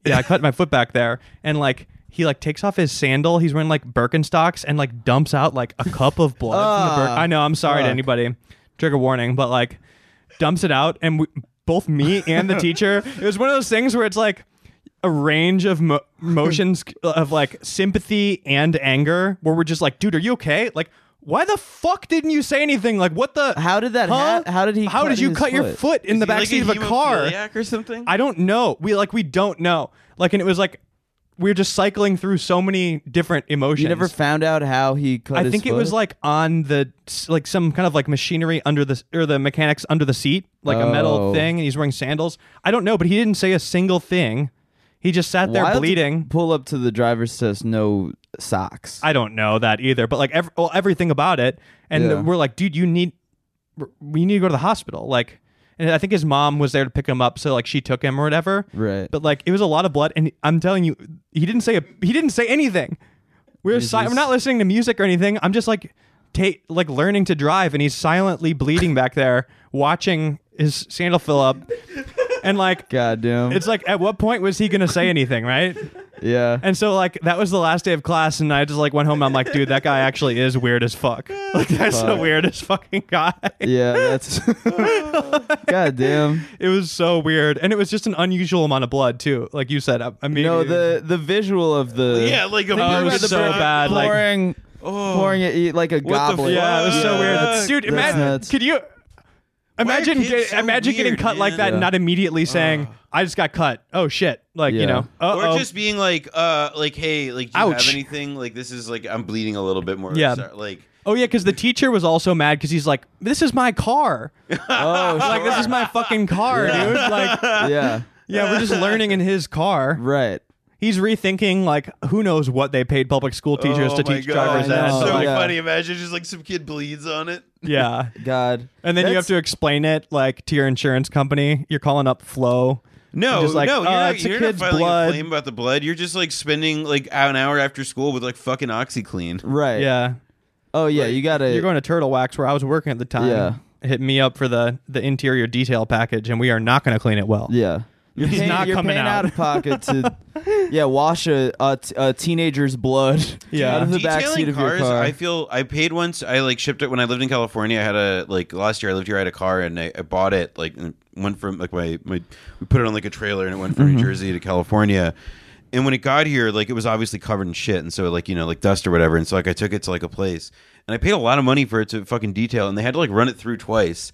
yeah i cut my foot back there and like he like takes off his sandal. He's wearing like Birkenstocks and like dumps out like a cup of blood. from the Bir- Ah, I know. I'm sorry to fuck. anybody. Trigger warning, but like dumps it out, and we, both me and the teacher. It was one of those things where it's like a range of mo- emotions of like sympathy and anger, where we're just like, dude, are you okay? Like. Why the fuck didn't you say anything? Like, what the? How did that? Huh? hap- how did he How cut did you his cut your foot? foot in Is the he backseat like a of a car? or something? I don't know. We like we don't know. Like and it was like we were just cycling through so many different emotions. You never found out how he cut. I his think it was foot? like on the like some kind of like machinery under the or the mechanics under the seat, like a metal Oh. thing, and he's wearing sandals. I don't know, but he didn't say a single thing. He just sat there Why did bleeding. Pull up to the driver's test, no socks. I don't know that either, but like ev- well, everything about it, and Yeah. we're like, dude, you need, we need to go to the hospital. Like, and I think his mom was there to pick him up, so like she took him or whatever. Right. But like, it was a lot of blood, and I'm telling you, he didn't say a, he didn't say anything. We're si- Jesus. I'm not listening to music or anything. I'm just like, take like learning to drive, and he's silently bleeding back there, watching his sandal fill up, and like, God damn. it's like, at what point was he gonna say anything, right? yeah. And so like that was the last day of class, and I just like went home. And I'm like, dude, that guy actually is weird as fuck. Like that's the Fuck. weirdest fucking guy. yeah. That's. God damn. It was so weird, and it was just an unusual amount of blood too. Like you said, um, I, I mean, No, Oh, the the visual of the Yeah, like a Oh, it was so bad. Like, pouring, pouring it e, like a the goblet. yeah, it was so weird, Fuck. dude. That's Imagine, nuts. could you? Imagine, kids get, so imagine getting weird, cut like man? that, and Yeah. Uh. not immediately saying, "I just got cut." Oh shit! Like you Yeah. know, oh Or just being like, uh, like, hey, like, do you Ouch. have anything? Like, this is like, I'm bleeding a little bit more. Yeah. Sorry, Like, oh yeah, because the teacher was also mad because he's like, "This is my car. Oh, Like this is my fucking car, dude." Like. sure. yeah. Yeah, we're just learning in his car. Right. He's rethinking like who knows what they paid public school teachers oh to my teach God, drivers I that. That's know. but, so like, Yeah. funny. Imagine just like some kid bleeds on it. yeah. God. And then you have That's- to explain it like to your insurance company. You're calling up Flo. No, You're just like, no, you're "Uh, not, it's a you're kid's not filing blood." a claim about the blood. You're just like spending like an hour after school with like fucking OxyClean. Right. Yeah. Oh yeah. You gotta. You're going to Turtle Wax where I was working at the time. Yeah. Hit me up for the the interior detail package and we are not going to clean it well. Yeah. You're He's paying, not you're coming paying out. out. of pocket to, yeah, wash a, a, t- a teenager's blood Yeah. out of the Detailing backseat of your cars, car. I feel I paid once. I like shipped it when I lived in California. I had a like last year I lived here. I had a car and I, I bought it like and went from like my my we put it on like a trailer and it went from New Jersey to California. And when it got here, like it was obviously covered in shit, and so like you know like dust or whatever. And so like I took it to like a place, and I paid a lot of money for it to fucking detail, and they had to like run it through twice.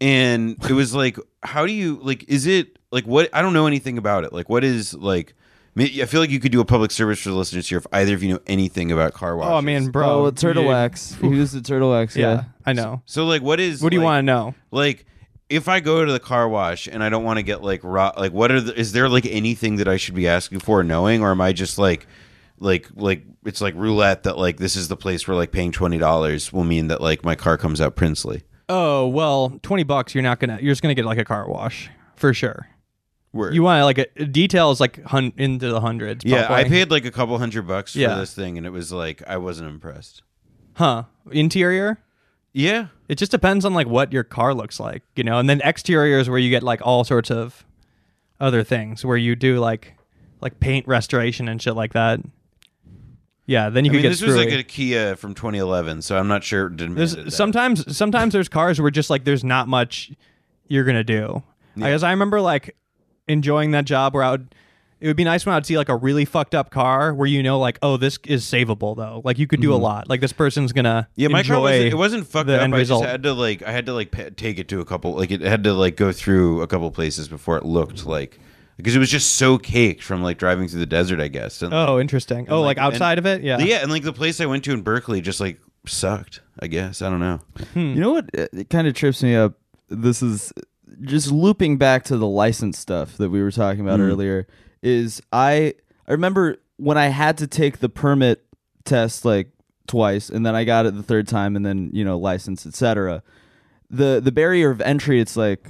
And it was like, how do you like? Is it like what? I don't know anything about it. Like what is like? I feel like you could do a public service for the listeners here if either of you know anything about car washes. Oh man, bro. oh, with turtle you- wax. He was the turtle wax. Yeah, Yeah. I know. So like, what is? What do you like- want to know? Like, if I go to the car wash and I don't want to get like rot, like what are? The, is there like anything that I should be asking for, or knowing, or am I just like, like, like it's like roulette that like this is the place where like paying twenty dollars will mean that like my car comes out princely. Oh, well, 20 bucks you're not going to you're just going to get like a car wash for sure. Word. You want to like a, details like hun- into the hundreds. yeah, I probably. paid like a couple hundred bucks for Yeah. this thing, and it was like I wasn't impressed. Huh. Interior? Yeah, It just depends on like what your car looks like, you know. And then exterior is where you get like all sorts of other things where you do like like paint restoration and shit like that. Yeah, then you I could mean get this was like screwy. a Kia from 2011, so I'm not sure. It didn't There's- sometimes sometimes there's cars where just like there's not much you're gonna do. I guess I remember like enjoying that job where I would it would be nice when I would see like a really fucked up car where you know like oh this is savable though like you could do a lot like this person's gonna Mm-hmm. Yeah, my car enjoy wasn't, it wasn't fucked the up. end I result. just had to like I had to like pa take it to a couple like it had to like go through a couple places before it looked like because it was just so caked from like driving through the desert, I guess. And, oh interesting oh like, and- outside of it yeah, and like the place I went to in Berkeley just like sucked. I guess I don't know. You know what? uh, It kind of trips me up. This is just looping back to the license stuff that we were talking about Mhm. earlier. Is I I remember when I had to take the permit test like twice, and then I got it the third time, and then you know license, etc. The the barrier of entry, it's like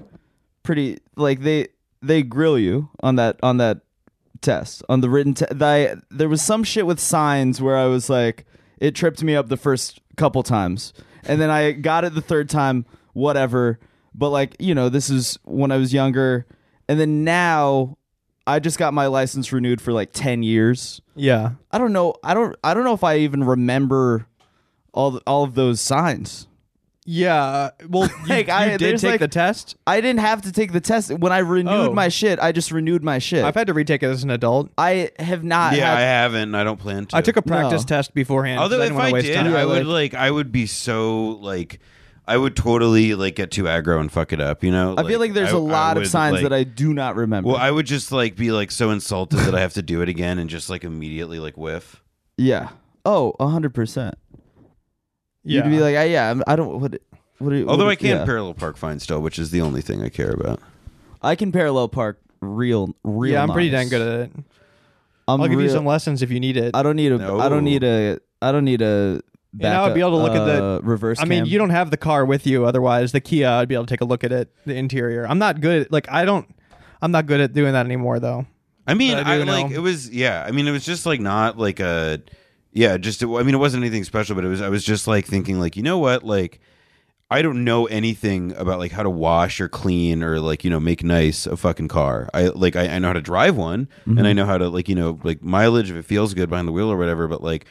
pretty like they they grill you on that on that test on the written te- I, there was some shit with signs where i was like it tripped me up the first couple times and then i got it the third time whatever but like you know this is when i was younger and then now i just got my license renewed for like 10 years Yeah. i don't know i don't i don't know if i even remember all th- all of those signs Yeah. Well, you, you did there's, take like- the test. I didn't have to take the test when I renewed Oh. my shit. I just renewed my shit. I've had to retake it as an adult. I have not. yeah, had- I haven't. and I don't plan to. I took a practice No. test beforehand. 'cause Although I if didn't wanna I waste did, time. I would like I would be so like I would totally like get too aggro and fuck it up. You know, I feel like there's a a lot of signs that I do not remember. Well, I would just like be like so insulted that I have to do it again and just like immediately like whiff. yeah. Oh, hundred percent. yeah. You'd be like, I, yeah, I'm, I don't. What? What? are- Although what I is- can yeah. parallel park fine still, which is the only thing I care about. I can parallel park real, real. yeah, I'm pretty dang nice. good at it. I'm I'll give you real- some lessons if you need it. I don't need a. I don't No. need a. I don't need a. Back And I would be able to look at the- reverse. I mean, cam. you don't have the car with you. Otherwise, the Kia, I'd be able to take a look at it, the interior. I'm not good. Like, I don't. I'm not good at doing that anymore, though. I mean, But I, I do like know. it was yeah. I mean, it was just like not like a yeah. Just it, I mean, it wasn't anything special, but it was. I was just like thinking like you know what like I don't know anything about like how to wash or clean or like you know make nice a fucking car. I like I, I know how to drive one and I know how to like you know like mileage if it feels good behind the wheel or whatever. But like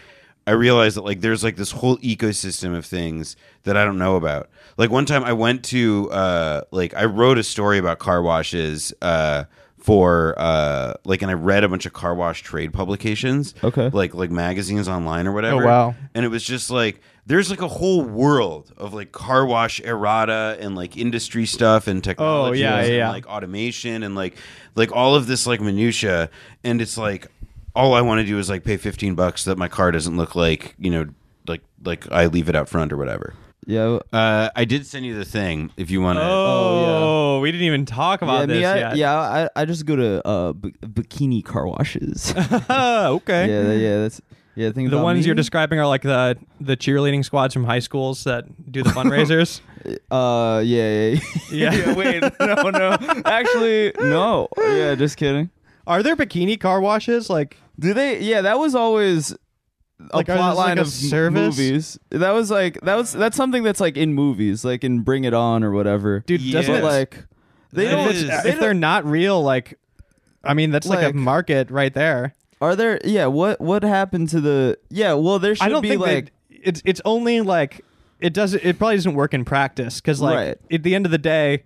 I realized that like there's like this whole ecosystem of things that I don't know about. Like one time I went to uh like I wrote a story about car washes uh for uh like and I read a bunch of car wash trade publications. Okay. Like like magazines online or whatever. wow. And it was just like there's like a whole world of like car wash errata and like industry stuff and technology Oh, yeah, and yeah. like automation and like like all of this like minutia and it's like all I want to do is like pay 15 bucks so that my car doesn't look like, you know, like like I leave it out front or whatever. Yeah. Uh, I did send you the thing if you want to. Oh, we didn't even talk Yeah, about me, this I, yet. yeah, I, I just go to uh, b- bikini car washes. okay. yeah, tha- yeah, that's yeah. The, thing The about ones me, you're describing are like the the cheerleading squads from high schools that do the fundraisers. Uh, yeah, yeah. Yeah. wait, no, no. Actually, no. Yeah, just kidding. Are there bikini car washes? Like, Do they? Yeah, that was always a Like, are plot those like line a of m- service? movies. That was like that was that's something that's like in movies, like in Bring It On or whatever. dude, Yeah. doesn't but it, like they That don't. is- they if they're don't- not real, like, I mean, that's like, Like- a market right there. are there? Yeah. What what happened to the? Yeah. Well, there should I don't be think like. that it's it's only like it does it probably doesn't work in practice because like Right. at the end of the day.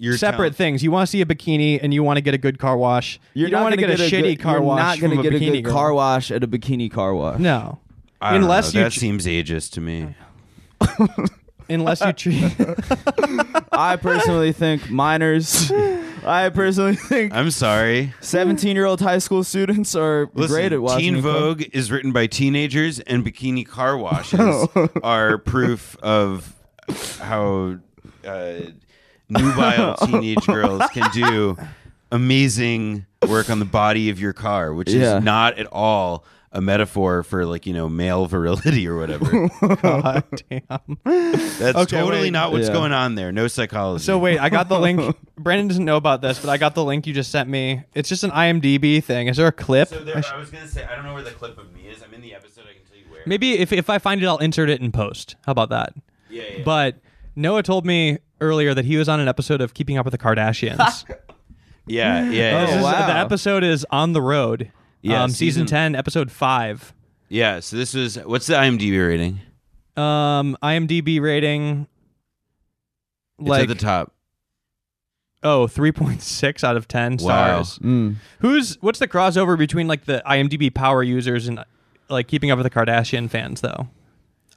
Your separate town- things. You want to see a bikini and you want to get a good car wash. you not don't want to gonna get a good- shitty car you're wash. not gonna from get a bikini good girl. car wash at a bikini car wash. No, I don't Unless know. you Oh. that ch- seems ageist to me. unless you treat. I personally think minors. I personally think I'm sorry. 17 year old high school students are Listen, great at watching. the Teen car- Vogue is written by teenagers, and bikini car washes Oh. are proof of how uh, nubile teenage girls can do amazing work on the body of your car, which Yeah. is not at all a metaphor for like you know male virility or whatever. God Oh, damn. That's Okay, totally wait. not what's Yeah. going on there. No psychology. So wait, I got the link. Brandon doesn't know about this, but I got the link you just sent me. It's just an IMDb thing. Is there a clip? So there, I was gonna say I don't know where the clip of me is. I'm in the episode. I can tell you where. Maybe if if I find it, I'll insert it in post. How about that? Yeah, yeah. But Noah told me earlier that he was on an episode of Keeping Up with the Kardashians. Oh, yeah, yeah, This yeah. is- Oh, wow. The episode is on the road. Yeah, um, season season- ten, episode five. Yeah, so this was what's the IMDb rating? Um, IMDb rating. It's Like at the top. oh, 3.6 out of 10 Wow. stars. Who's what's the crossover between like the IMDb power users and like keeping up with the Kardashian fans though?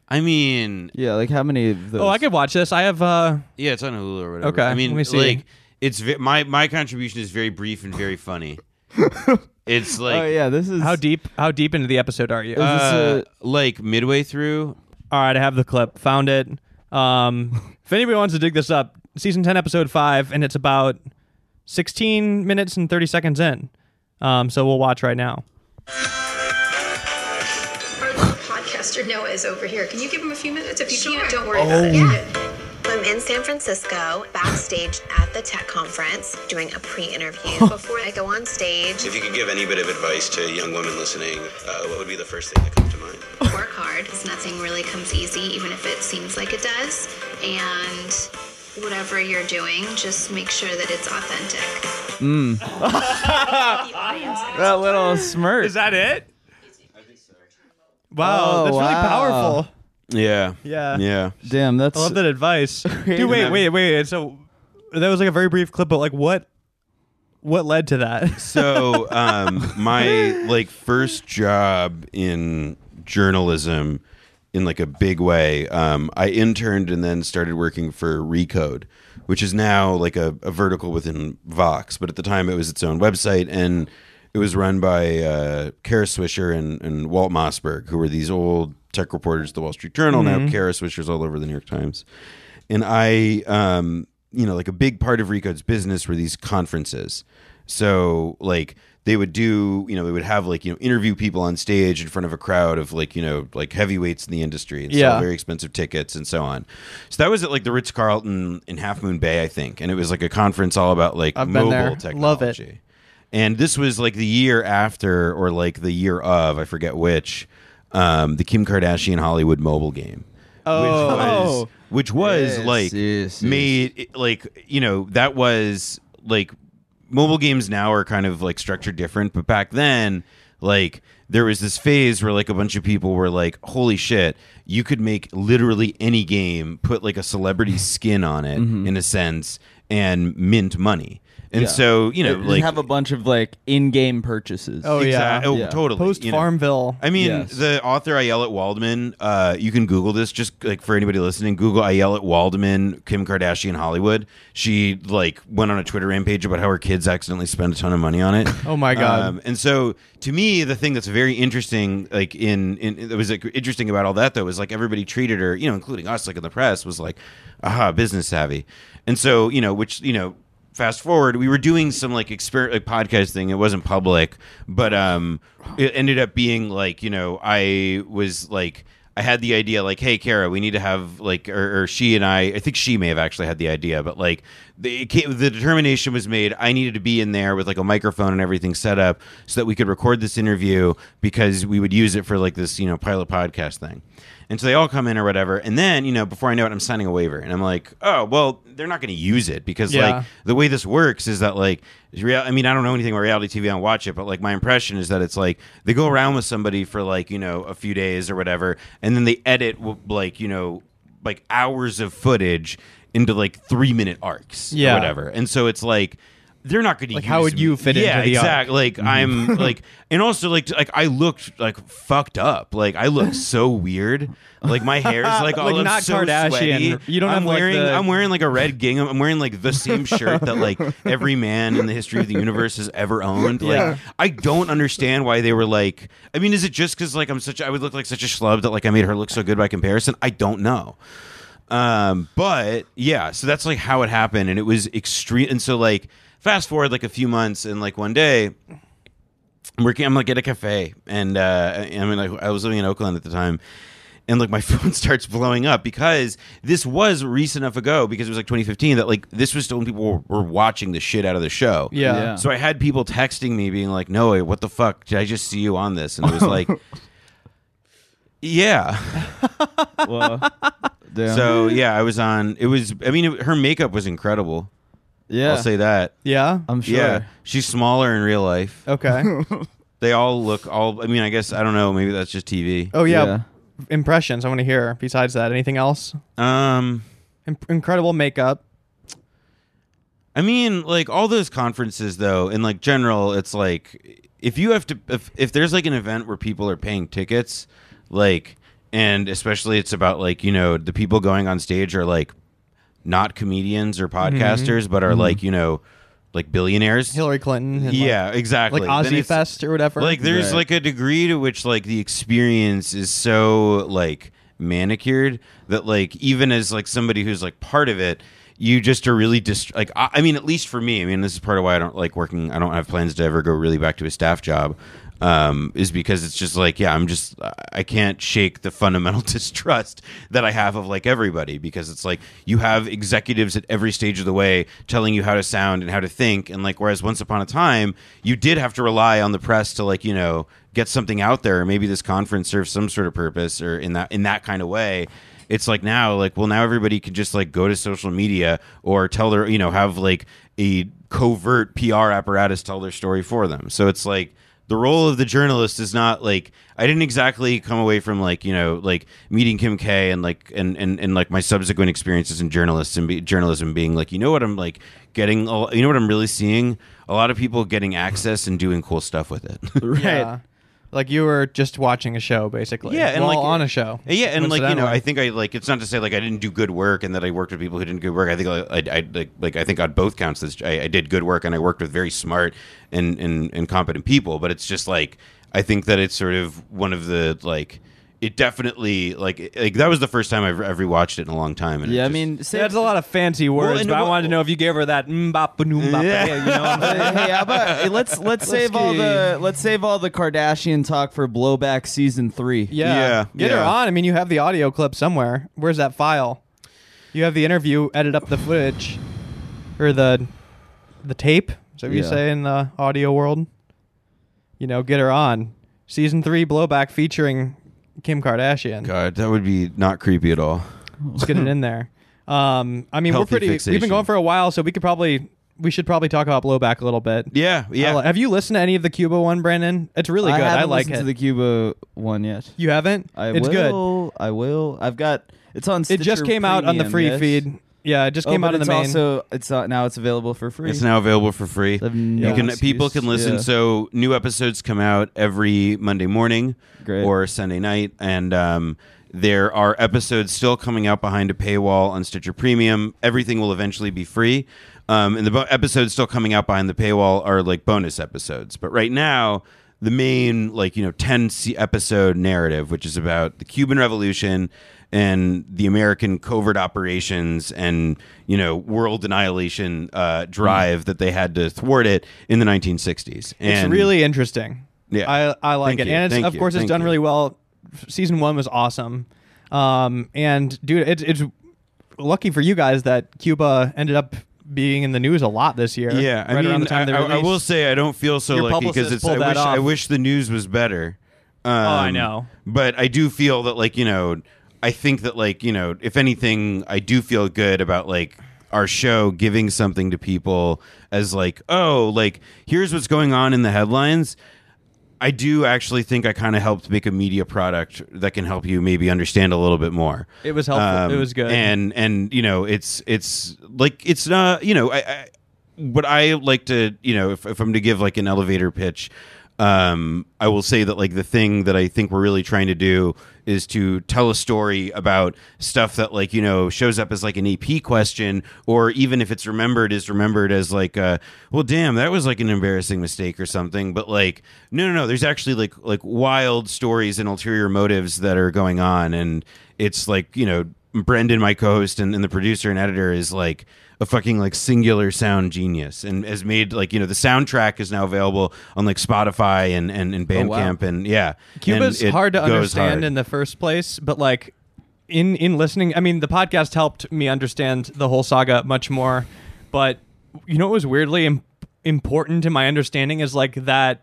I mean, Yeah, like how many of those? Oh, I could watch this. I have uh yeah, it's on Hulu or whatever. Okay, I mean, let me see. like it's ve- my my contribution is very brief and very funny. it's like oh yeah, this is how deep how deep into the episode are you? this uh, a- like midway through All right, I have the clip. Found it. Um, if anybody wants to dig this up, season 10, episode 5, and it's about 16 minutes and 30 seconds in. Um, so we'll watch right now. Our podcaster Noah is over here. Can you give him a few minutes? If you can't, don't worry about Oh. it. I'm in San Francisco, backstage at the tech conference, doing a pre-interview before I go on stage. If you could give any bit of advice to young women listening, uh, what would be the first thing that comes to mind? Work hard, 'cause nothing really comes easy, even if it seems like it does. And whatever you're doing, just make sure that it's authentic. Mm. that little smirk. Is that it? Wow, that's really powerful. Yeah. Yeah. Yeah. Damn, that's. I love that advice. Dude, wait, wait, wait. So that was like a very brief clip, but like what what led to that? so um, my like first job in journalism in like a big way um, i interned and then started working for recode which is now like a, a vertical within vox but at the time it was its own website and it was run by uh, kara swisher and, and walt mossberg who were these old tech reporters at the wall street journal now Mhm. kara swisher's all over the new york times and I, um, you know, like a big part of Rico's business were these conferences. So like they would do, you know, they would have like you know interview people on stage in front of a crowd of like you know like heavyweights in the industry and Yeah. sell very expensive tickets and so on. So that was at like the Ritz Carlton in Half Moon Bay, I think, and it was like a conference all about like I've been mobile there. technology. Love it. And this was like the year after, or like the year of, I forget which, um, the Kim Kardashian Hollywood mobile game. Oh. Which was, which was Yes, like made, it- like, you know, that was like mobile games now are kind of like structured different, but back then, like, there was this phase where like a bunch of people were like, holy shit, you could make literally any game, put like a celebrity skin on it Mm-hmm. Mhm. in a sense, and mint money. And so, you know, Just like have a bunch of like in-game purchases. Exact- oh, totally. Post you know. Farmville. I mean, Yes. the author Ayelet Waldman. Uh, you can Google this, just like for anybody listening. Google Ayelet Waldman, Kim Kardashian Hollywood. She like went on a Twitter rampage about how her kids accidentally spent a ton of money on it. Oh, my God. Um, and so, to me, the thing that's very interesting, like in, in that was like, interesting about all that though, was like everybody treated her, you know, including us, like in the press, was like, aha, business savvy. And so, you know, which you know, fast forward, we were doing some like exper like podcast thing. It wasn't public, but um, it ended up being like you know I was like I had the idea like hey Kara, we need to have like or, or she and I I think she may have actually had the idea, but like the it came, the determination was made. I needed to be in there with like a microphone and everything set up so that we could record this interview because we would use it for like this you know pilot podcast thing. And so they all come in or whatever. And then, you know, before I know it, I'm signing a waiver. And I'm like, oh, well, they're not going to use it because, Yeah. like, the way this works is that, like, is real, I mean, I don't know anything about reality TV. I don't watch it, but, like, my impression is that it's like they go around with somebody for, like, you know, a few days or whatever. And then they edit, w- like, you know, like hours of footage into, like, three minute arcs Yeah. or whatever. And so it's like, they're not going to Like, how would you fit yeah, into the arc? exactly. Like I'm like, and also like t- like I looked like fucked up. Like I look so weird. Like my hair is like all Like, I'm not so Kardashian. sweaty. You don't I'm have, like, wearing the- I'm wearing like a red gingham. I'm wearing like the same shirt that like every man in the history of the universe has ever owned. Like Yeah. I don't understand why they were like. I mean, is it just because like I'm such I would look like such a schlub that like I made her look so good by comparison? I don't know. Um, but yeah, so that's like how it happened, and it was extreme. And so like fast forward like a few months, and like one day, I'm working. I'm like at a cafe, and uh, I I mean, like I was living in Oakland at the time, and like my phone starts blowing up because this was recent enough ago because it was like 2015 that like this was still when people were, were watching the shit out of the show. Yeah. Yeah. So I had people texting me being like, "Noah, what the fuck? Did I just see you on this?" And it was like, "Yeah." damn. So yeah, I was on. It was. I mean, it, her makeup was incredible. Yeah. I'll say that. Yeah? um, I'm sure. Yeah, she's smaller in real life. Okay. They all look all. I mean, I guess I don't know. Maybe that's just TV. oh yeah. Impressions I want to hear besides that. Anything else? Um In- incredible makeup. I mean, like all those conferences though, in like general, it's like if you have to if if there's like an event where people are paying tickets, like and especially it's about like, you know, the people going on stage are like not comedians or podcasters, but are Mhm. like, you know, like billionaires. Hillary Clinton. and, yeah, like- exactly. Like Then Ozzy it's- Fest or whatever. Like there's like a degree to which like the experience is so like manicured that like even as like somebody who's like part of it you just are really dist- like I, I mean at least for me i mean this is part of why i don't like working i don't have plans to ever go really back to a staff job um, is because it's just like yeah i'm just i can't shake the fundamental distrust that i have of like everybody because it's like you have executives at every stage of the way telling you how to sound and how to think and like whereas once upon a time you did have to rely on the press to like you know get something out there or maybe this conference serves some sort of purpose or in that in that kind of way it's like now like well now everybody can just like go to social media or tell their you know have like a covert pr apparatus tell their story for them so it's like the role of the journalist is not like I didn't exactly come away from like you know like meeting Kim K and like and and, and like my subsequent experiences in journalists and be, journalism being like you know what I'm like getting a lo- you know what I'm really seeing a lot of people getting access and doing cool stuff with it right. Like you were just watching a show, basically. Yeah, and Well, like on a show. Yeah, and like you know, coincidentally. I think I like. It's not to say like I didn't do good work and that I worked with people who didn't do good work. I think I, I, I like like I think on both counts this I, I did good work and I worked with very smart and and and competent people. But it's just like I think that it's sort of one of the like it definitely like like that was the first time I've, I've rewatched it in a long time. And it Yeah, I just- mean, that's a lot of fancy words, and but I what- wanted to know if you gave her that mbop yeah. yeah, you know what I'm saying? hey, how about let's let's save all the let's save all the Kardashian talk for blowback season three. Yeah. Get her on. I mean, you have the audio clip somewhere. Where's that file? You have the interview, edit up the footage or the the tape. Is that what you Yeah. say in the audio world? You know, get her on. Season 3 blowback featuring Kim Kardashian. God, that would be not creepy at all. Let's get it in there. Um, I mean, we're Healthy pretty we've fixation. been going for a while, so we could probably we should probably talk about blowback a little bit. Yeah, yeah. have you listened to any of the Cuba one, Brandon? It's really I good. I haven't like listened it. to the Cuba one yet. you haven't? I it's good. will. I will. I've got. It's on. It just Stitcher came out on the Premium, free yes? feed. Yeah, it just Oh, came but out on the it's main. Also, it's uh, now it's available for free. It's now available for free. you no can excuse. people can listen. Yeah. So new episodes come out every Monday morning or Sunday night, and um, there are episodes still coming out behind a paywall on Stitcher Premium. Everything will eventually be free, um, and the bo- episodes still coming out behind the paywall are like bonus episodes. But right now. The main, like you know, ten se- episode narrative, which is about the Cuban Revolution and the American covert operations and you know world annihilation uh, drive that they had to thwart it in the 1960s. it's And really interesting. Yeah. I, I like Thank it, you. and it's, Thank of you. course it's Thank done you. really well. F- Season one was awesome, um, and dude, it's it's lucky for you guys that Cuba ended up being in the news a lot this year. yeah. I right around mean, the time they I, I- I released. will say I don't feel so Your lucky because publicist it's. I pulled that wish, I off. Oh, wish the news was better. Um, I know. but I do feel that like you know, I think that like you know, if anything, I do feel good about like our show giving something to people as like oh like here's what's going on in the headlines I do actually think I kind of helped make a media product that can help you maybe understand a little bit more. Um, It was helpful. It was good. and and you know, it's it's like it's not you know, I, I what I like to you know, if, if I'm to give like an elevator pitch, um, I will say that like the thing that I think we're really trying to do is to tell a story about stuff that like you know shows up as like an EP question, or even if it's remembered is remembered as like, uh, well, damn, that was like an embarrassing mistake or something. But like, no, no, no, there's actually like like wild stories and ulterior motives that are going on, and it's like you know Brendan, my co-host and, and the producer and editor, is like a fucking like singular sound genius, and has made like you know the soundtrack is now available on like Spotify and and, and Oh, Bandcamp wow. and yeah, Cuba's and it hard to goes understand hard. in the first place, but like in in listening, I mean, the podcast helped me understand the whole saga much more. But you know, what was weirdly Im- important to my understanding is like that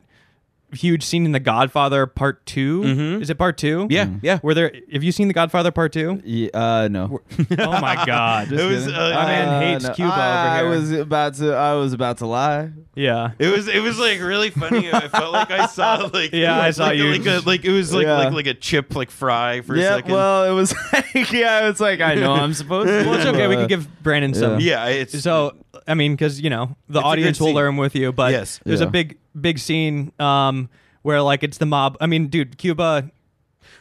huge scene in The Godfather Part 2 Is it Part Two? Mm-hmm. Yeah, yeah. Were there? Have you seen The Godfather Part Two? Yeah, uh, no. oh my god, Just It was- kidding. uh, my man hates Cuba Ah, I, over here. I was about to. I was about to lie. Yeah. It was it was like really funny. I felt like I saw like Yeah, I like- saw like, you. like, a, like it was like, Yeah. like like a chip like fry for a yeah. second. Well, it was like yeah. It's like I know I'm supposed. to. well, it's okay. We can give Brandon some. Yeah, it's so. I mean, because you know the It's a good audience will scene. learn with you, but Yes. there's Yeah. a big, big scene um, where like it's the mob. I mean, dude, Cuba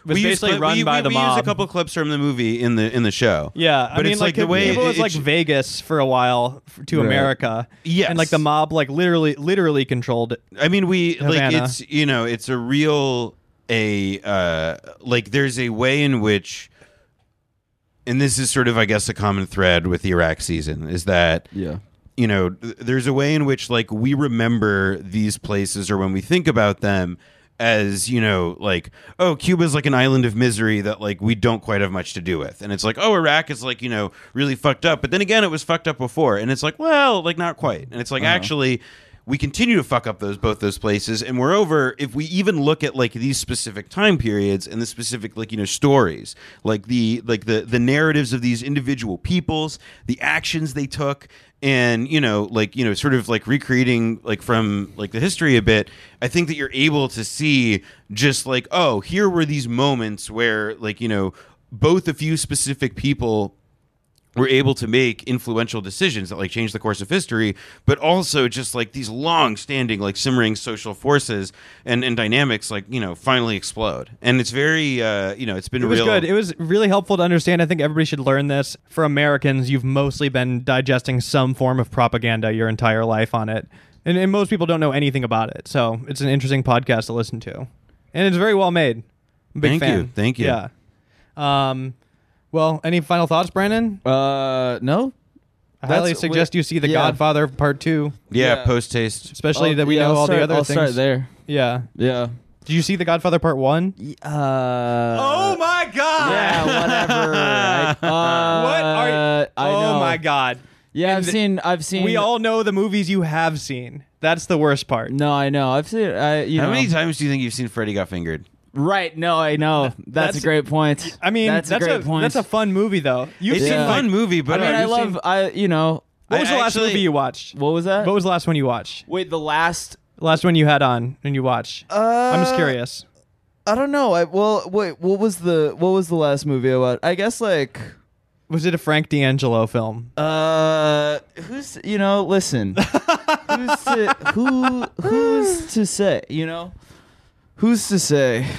was we use basically cli- run we, by we, the we use mob. a couple clips from the movie in the in the show. yeah, but I mean, it's like, the way Cuba it- was it like Vegas for a while f- to Right. America. Yes. and like the mob like literally, literally controlled. it. I mean, we like Havana. it's you know it's a real a uh like there's a way in which and this is sort of, I guess, a common thread with the Iraq season is that yeah. you know, th- there's a way in which like we remember these places or when we think about them as, you know, like, oh, Cuba's like an island of misery that like we don't quite have much to do with. And it's like, oh, Iraq is like, you know, really fucked up. But then again, it was fucked up before. And it's like, well, like not quite. And it's like Uh-huh. actually we continue to fuck up those both those places and moreover if we even look at like these specific time periods and the specific like you know stories like the like the the narratives of these individual peoples the actions they took and you know like you know sort of like recreating like from like the history a bit i think that you're able to see just like oh here were these moments where like you know both a few specific people were able to make influential decisions that like changed the course of history, but also just like these long-standing, like simmering social forces and and dynamics, like you know, finally explode. And it's very, uh, you know, it's been It was real. good. It was really helpful to understand. I think everybody should learn this. For Americans, you've mostly been digesting some form of propaganda your entire life on it. And, and most people don't know anything about it. So it's an interesting podcast to listen to. And it's very well made. I'm a big Thank fan. you. Thank you. Yeah. Um, well, any final thoughts, Brandon? Uh, no. I highly That's- suggest you see The yeah. Godfather Part 2. yeah, post taste, Especially I'll- that we yeah, know I'll all the start- other I'll things. start there. Yeah. Yeah. Did you see The Godfather Part 1? Uh, oh my god. Yeah, whatever. I- what are you? uh, I oh know. my god. Yeah, I've And seen. I've seen. We all know the movies you have seen. That's the worst part. No, I know. I've seen. I you How know. many times do you think you've seen Freddy Got Fingered? Right. No, I know. That's, a That's- great point. I mean, that's, that's, a great point. that's a fun movie though. You've It's seen a like- fun movie, I but mean, I you've love. seen- I you know. What was I the last actually- movie you watched? What was that? What was the last one you watched? Wait, the last. Last one you had on and you watched? I'm Uh, just curious. I don't know. I well, wait. What was the what was the last movie I watched? I guess like Was it a Frank D'Angelo film? Uh-huh. uh, who's you know? Listen, who's to, who who's to say? You know, who's to say?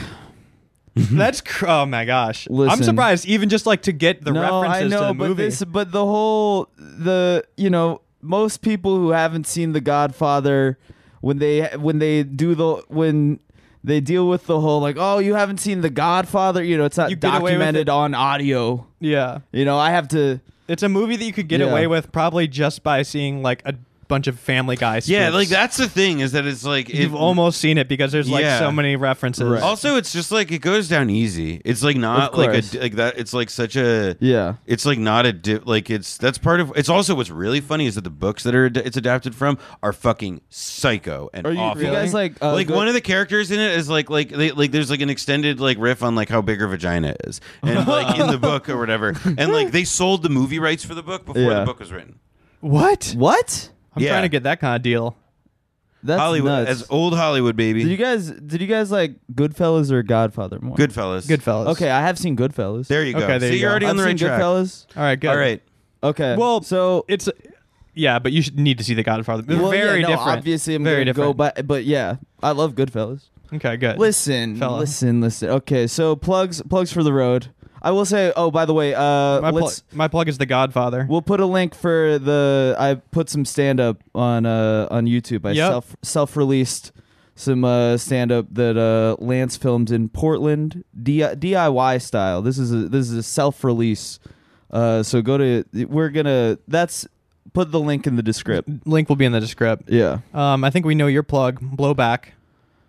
That's cr- oh my gosh. I'm Listen. surprised even just like to get the no, references I know, to the but movie. this, but the whole the you know most people who haven't seen The Godfather when they when they do the when they deal with the whole like oh you haven't seen The Godfather you know it's not You get away with documented it. on audio yeah. you know I have to It's a movie that you could get Yeah. away with probably just by seeing like a bunch of Family Guy. Spoofs. Yeah, like that's the thing is that it's like You've it- almost seen it because there's like Yeah. so many references. Also, it's just like it goes down easy. It's like not Of like course. a like that. It's like such a Yeah. It's like not a di- like it's that's part of. It's also what's really funny is that the books that are ad- it's adapted from are fucking psycho and Are you- awful. you guys, like, uh, like go- one of the characters in it is like like they, like there's like an extended like riff on like how big her vagina is and like in the book or whatever. And like they sold the movie rights for the book before Yeah. the book was written. what? what I'm Yeah. trying to get that kind of deal. that's Hollywood nuts. as old Hollywood baby. did you guys did you guys like Goodfellas or Godfather more Goodfellas. Goodfellas. okay I have seen Goodfellas There you go. Okay, there so you go. are already on I've the seen right track. Goodfellas All right. Good. All right. okay Well, so It's yeah, but you should need to see the Godfather. They're Well, yeah, very no, different. Obviously, I'm very gonna different. go by, but yeah, I love Goodfellas. okay. Good. Listen, Fella. listen, listen. Okay, so plugs, plugs for the road. I will say. Oh, by the way, uh, My, pl- let's my plug is the Godfather. we'll put a link for the. I put some stand up on uh on YouTube. I Yep. self self released some uh stand up that uh Lance filmed in Portland D- DIY style. This is a this is a self release. Uh, so go to we're gonna that's put the link in the description. Link will be in the descript. Yeah. Um, I think we know your plug, Blowback.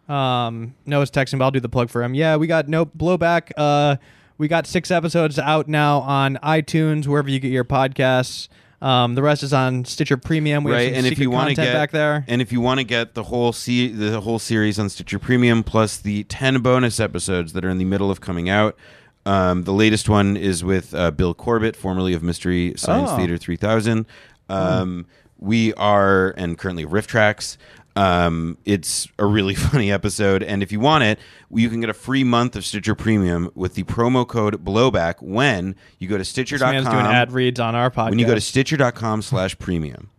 Um, Noah's texting, but I'll do the plug for him. Yeah, we got no Blowback. Uh, we got six episodes out now on iTunes, wherever you get your podcasts. Um, the rest is on Stitcher Premium. We have right some and if secret you want to content get back there, and if you want to get the whole se- the whole series on stitcher premium plus the 10 bonus episodes that are in the middle of coming out um, the latest one is with uh, bill corbett formerly of mystery science Oh. theater 3000 um, we are and currently riff tracks um, it's a really funny episode and if you want it you can get a free month of stitcher premium with the promo code blowback when you go to this man's doing stitcher.com ad reads on our podcast. when you go to stitcher.com slash premium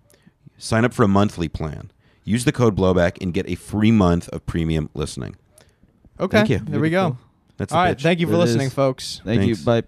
sign up for a monthly plan use the code blowback and get a free month of premium listening okay, Thank you. there we go. that's All the right, pitch. thank you for It listening, is. folks. Thank Thanks. you. Bye.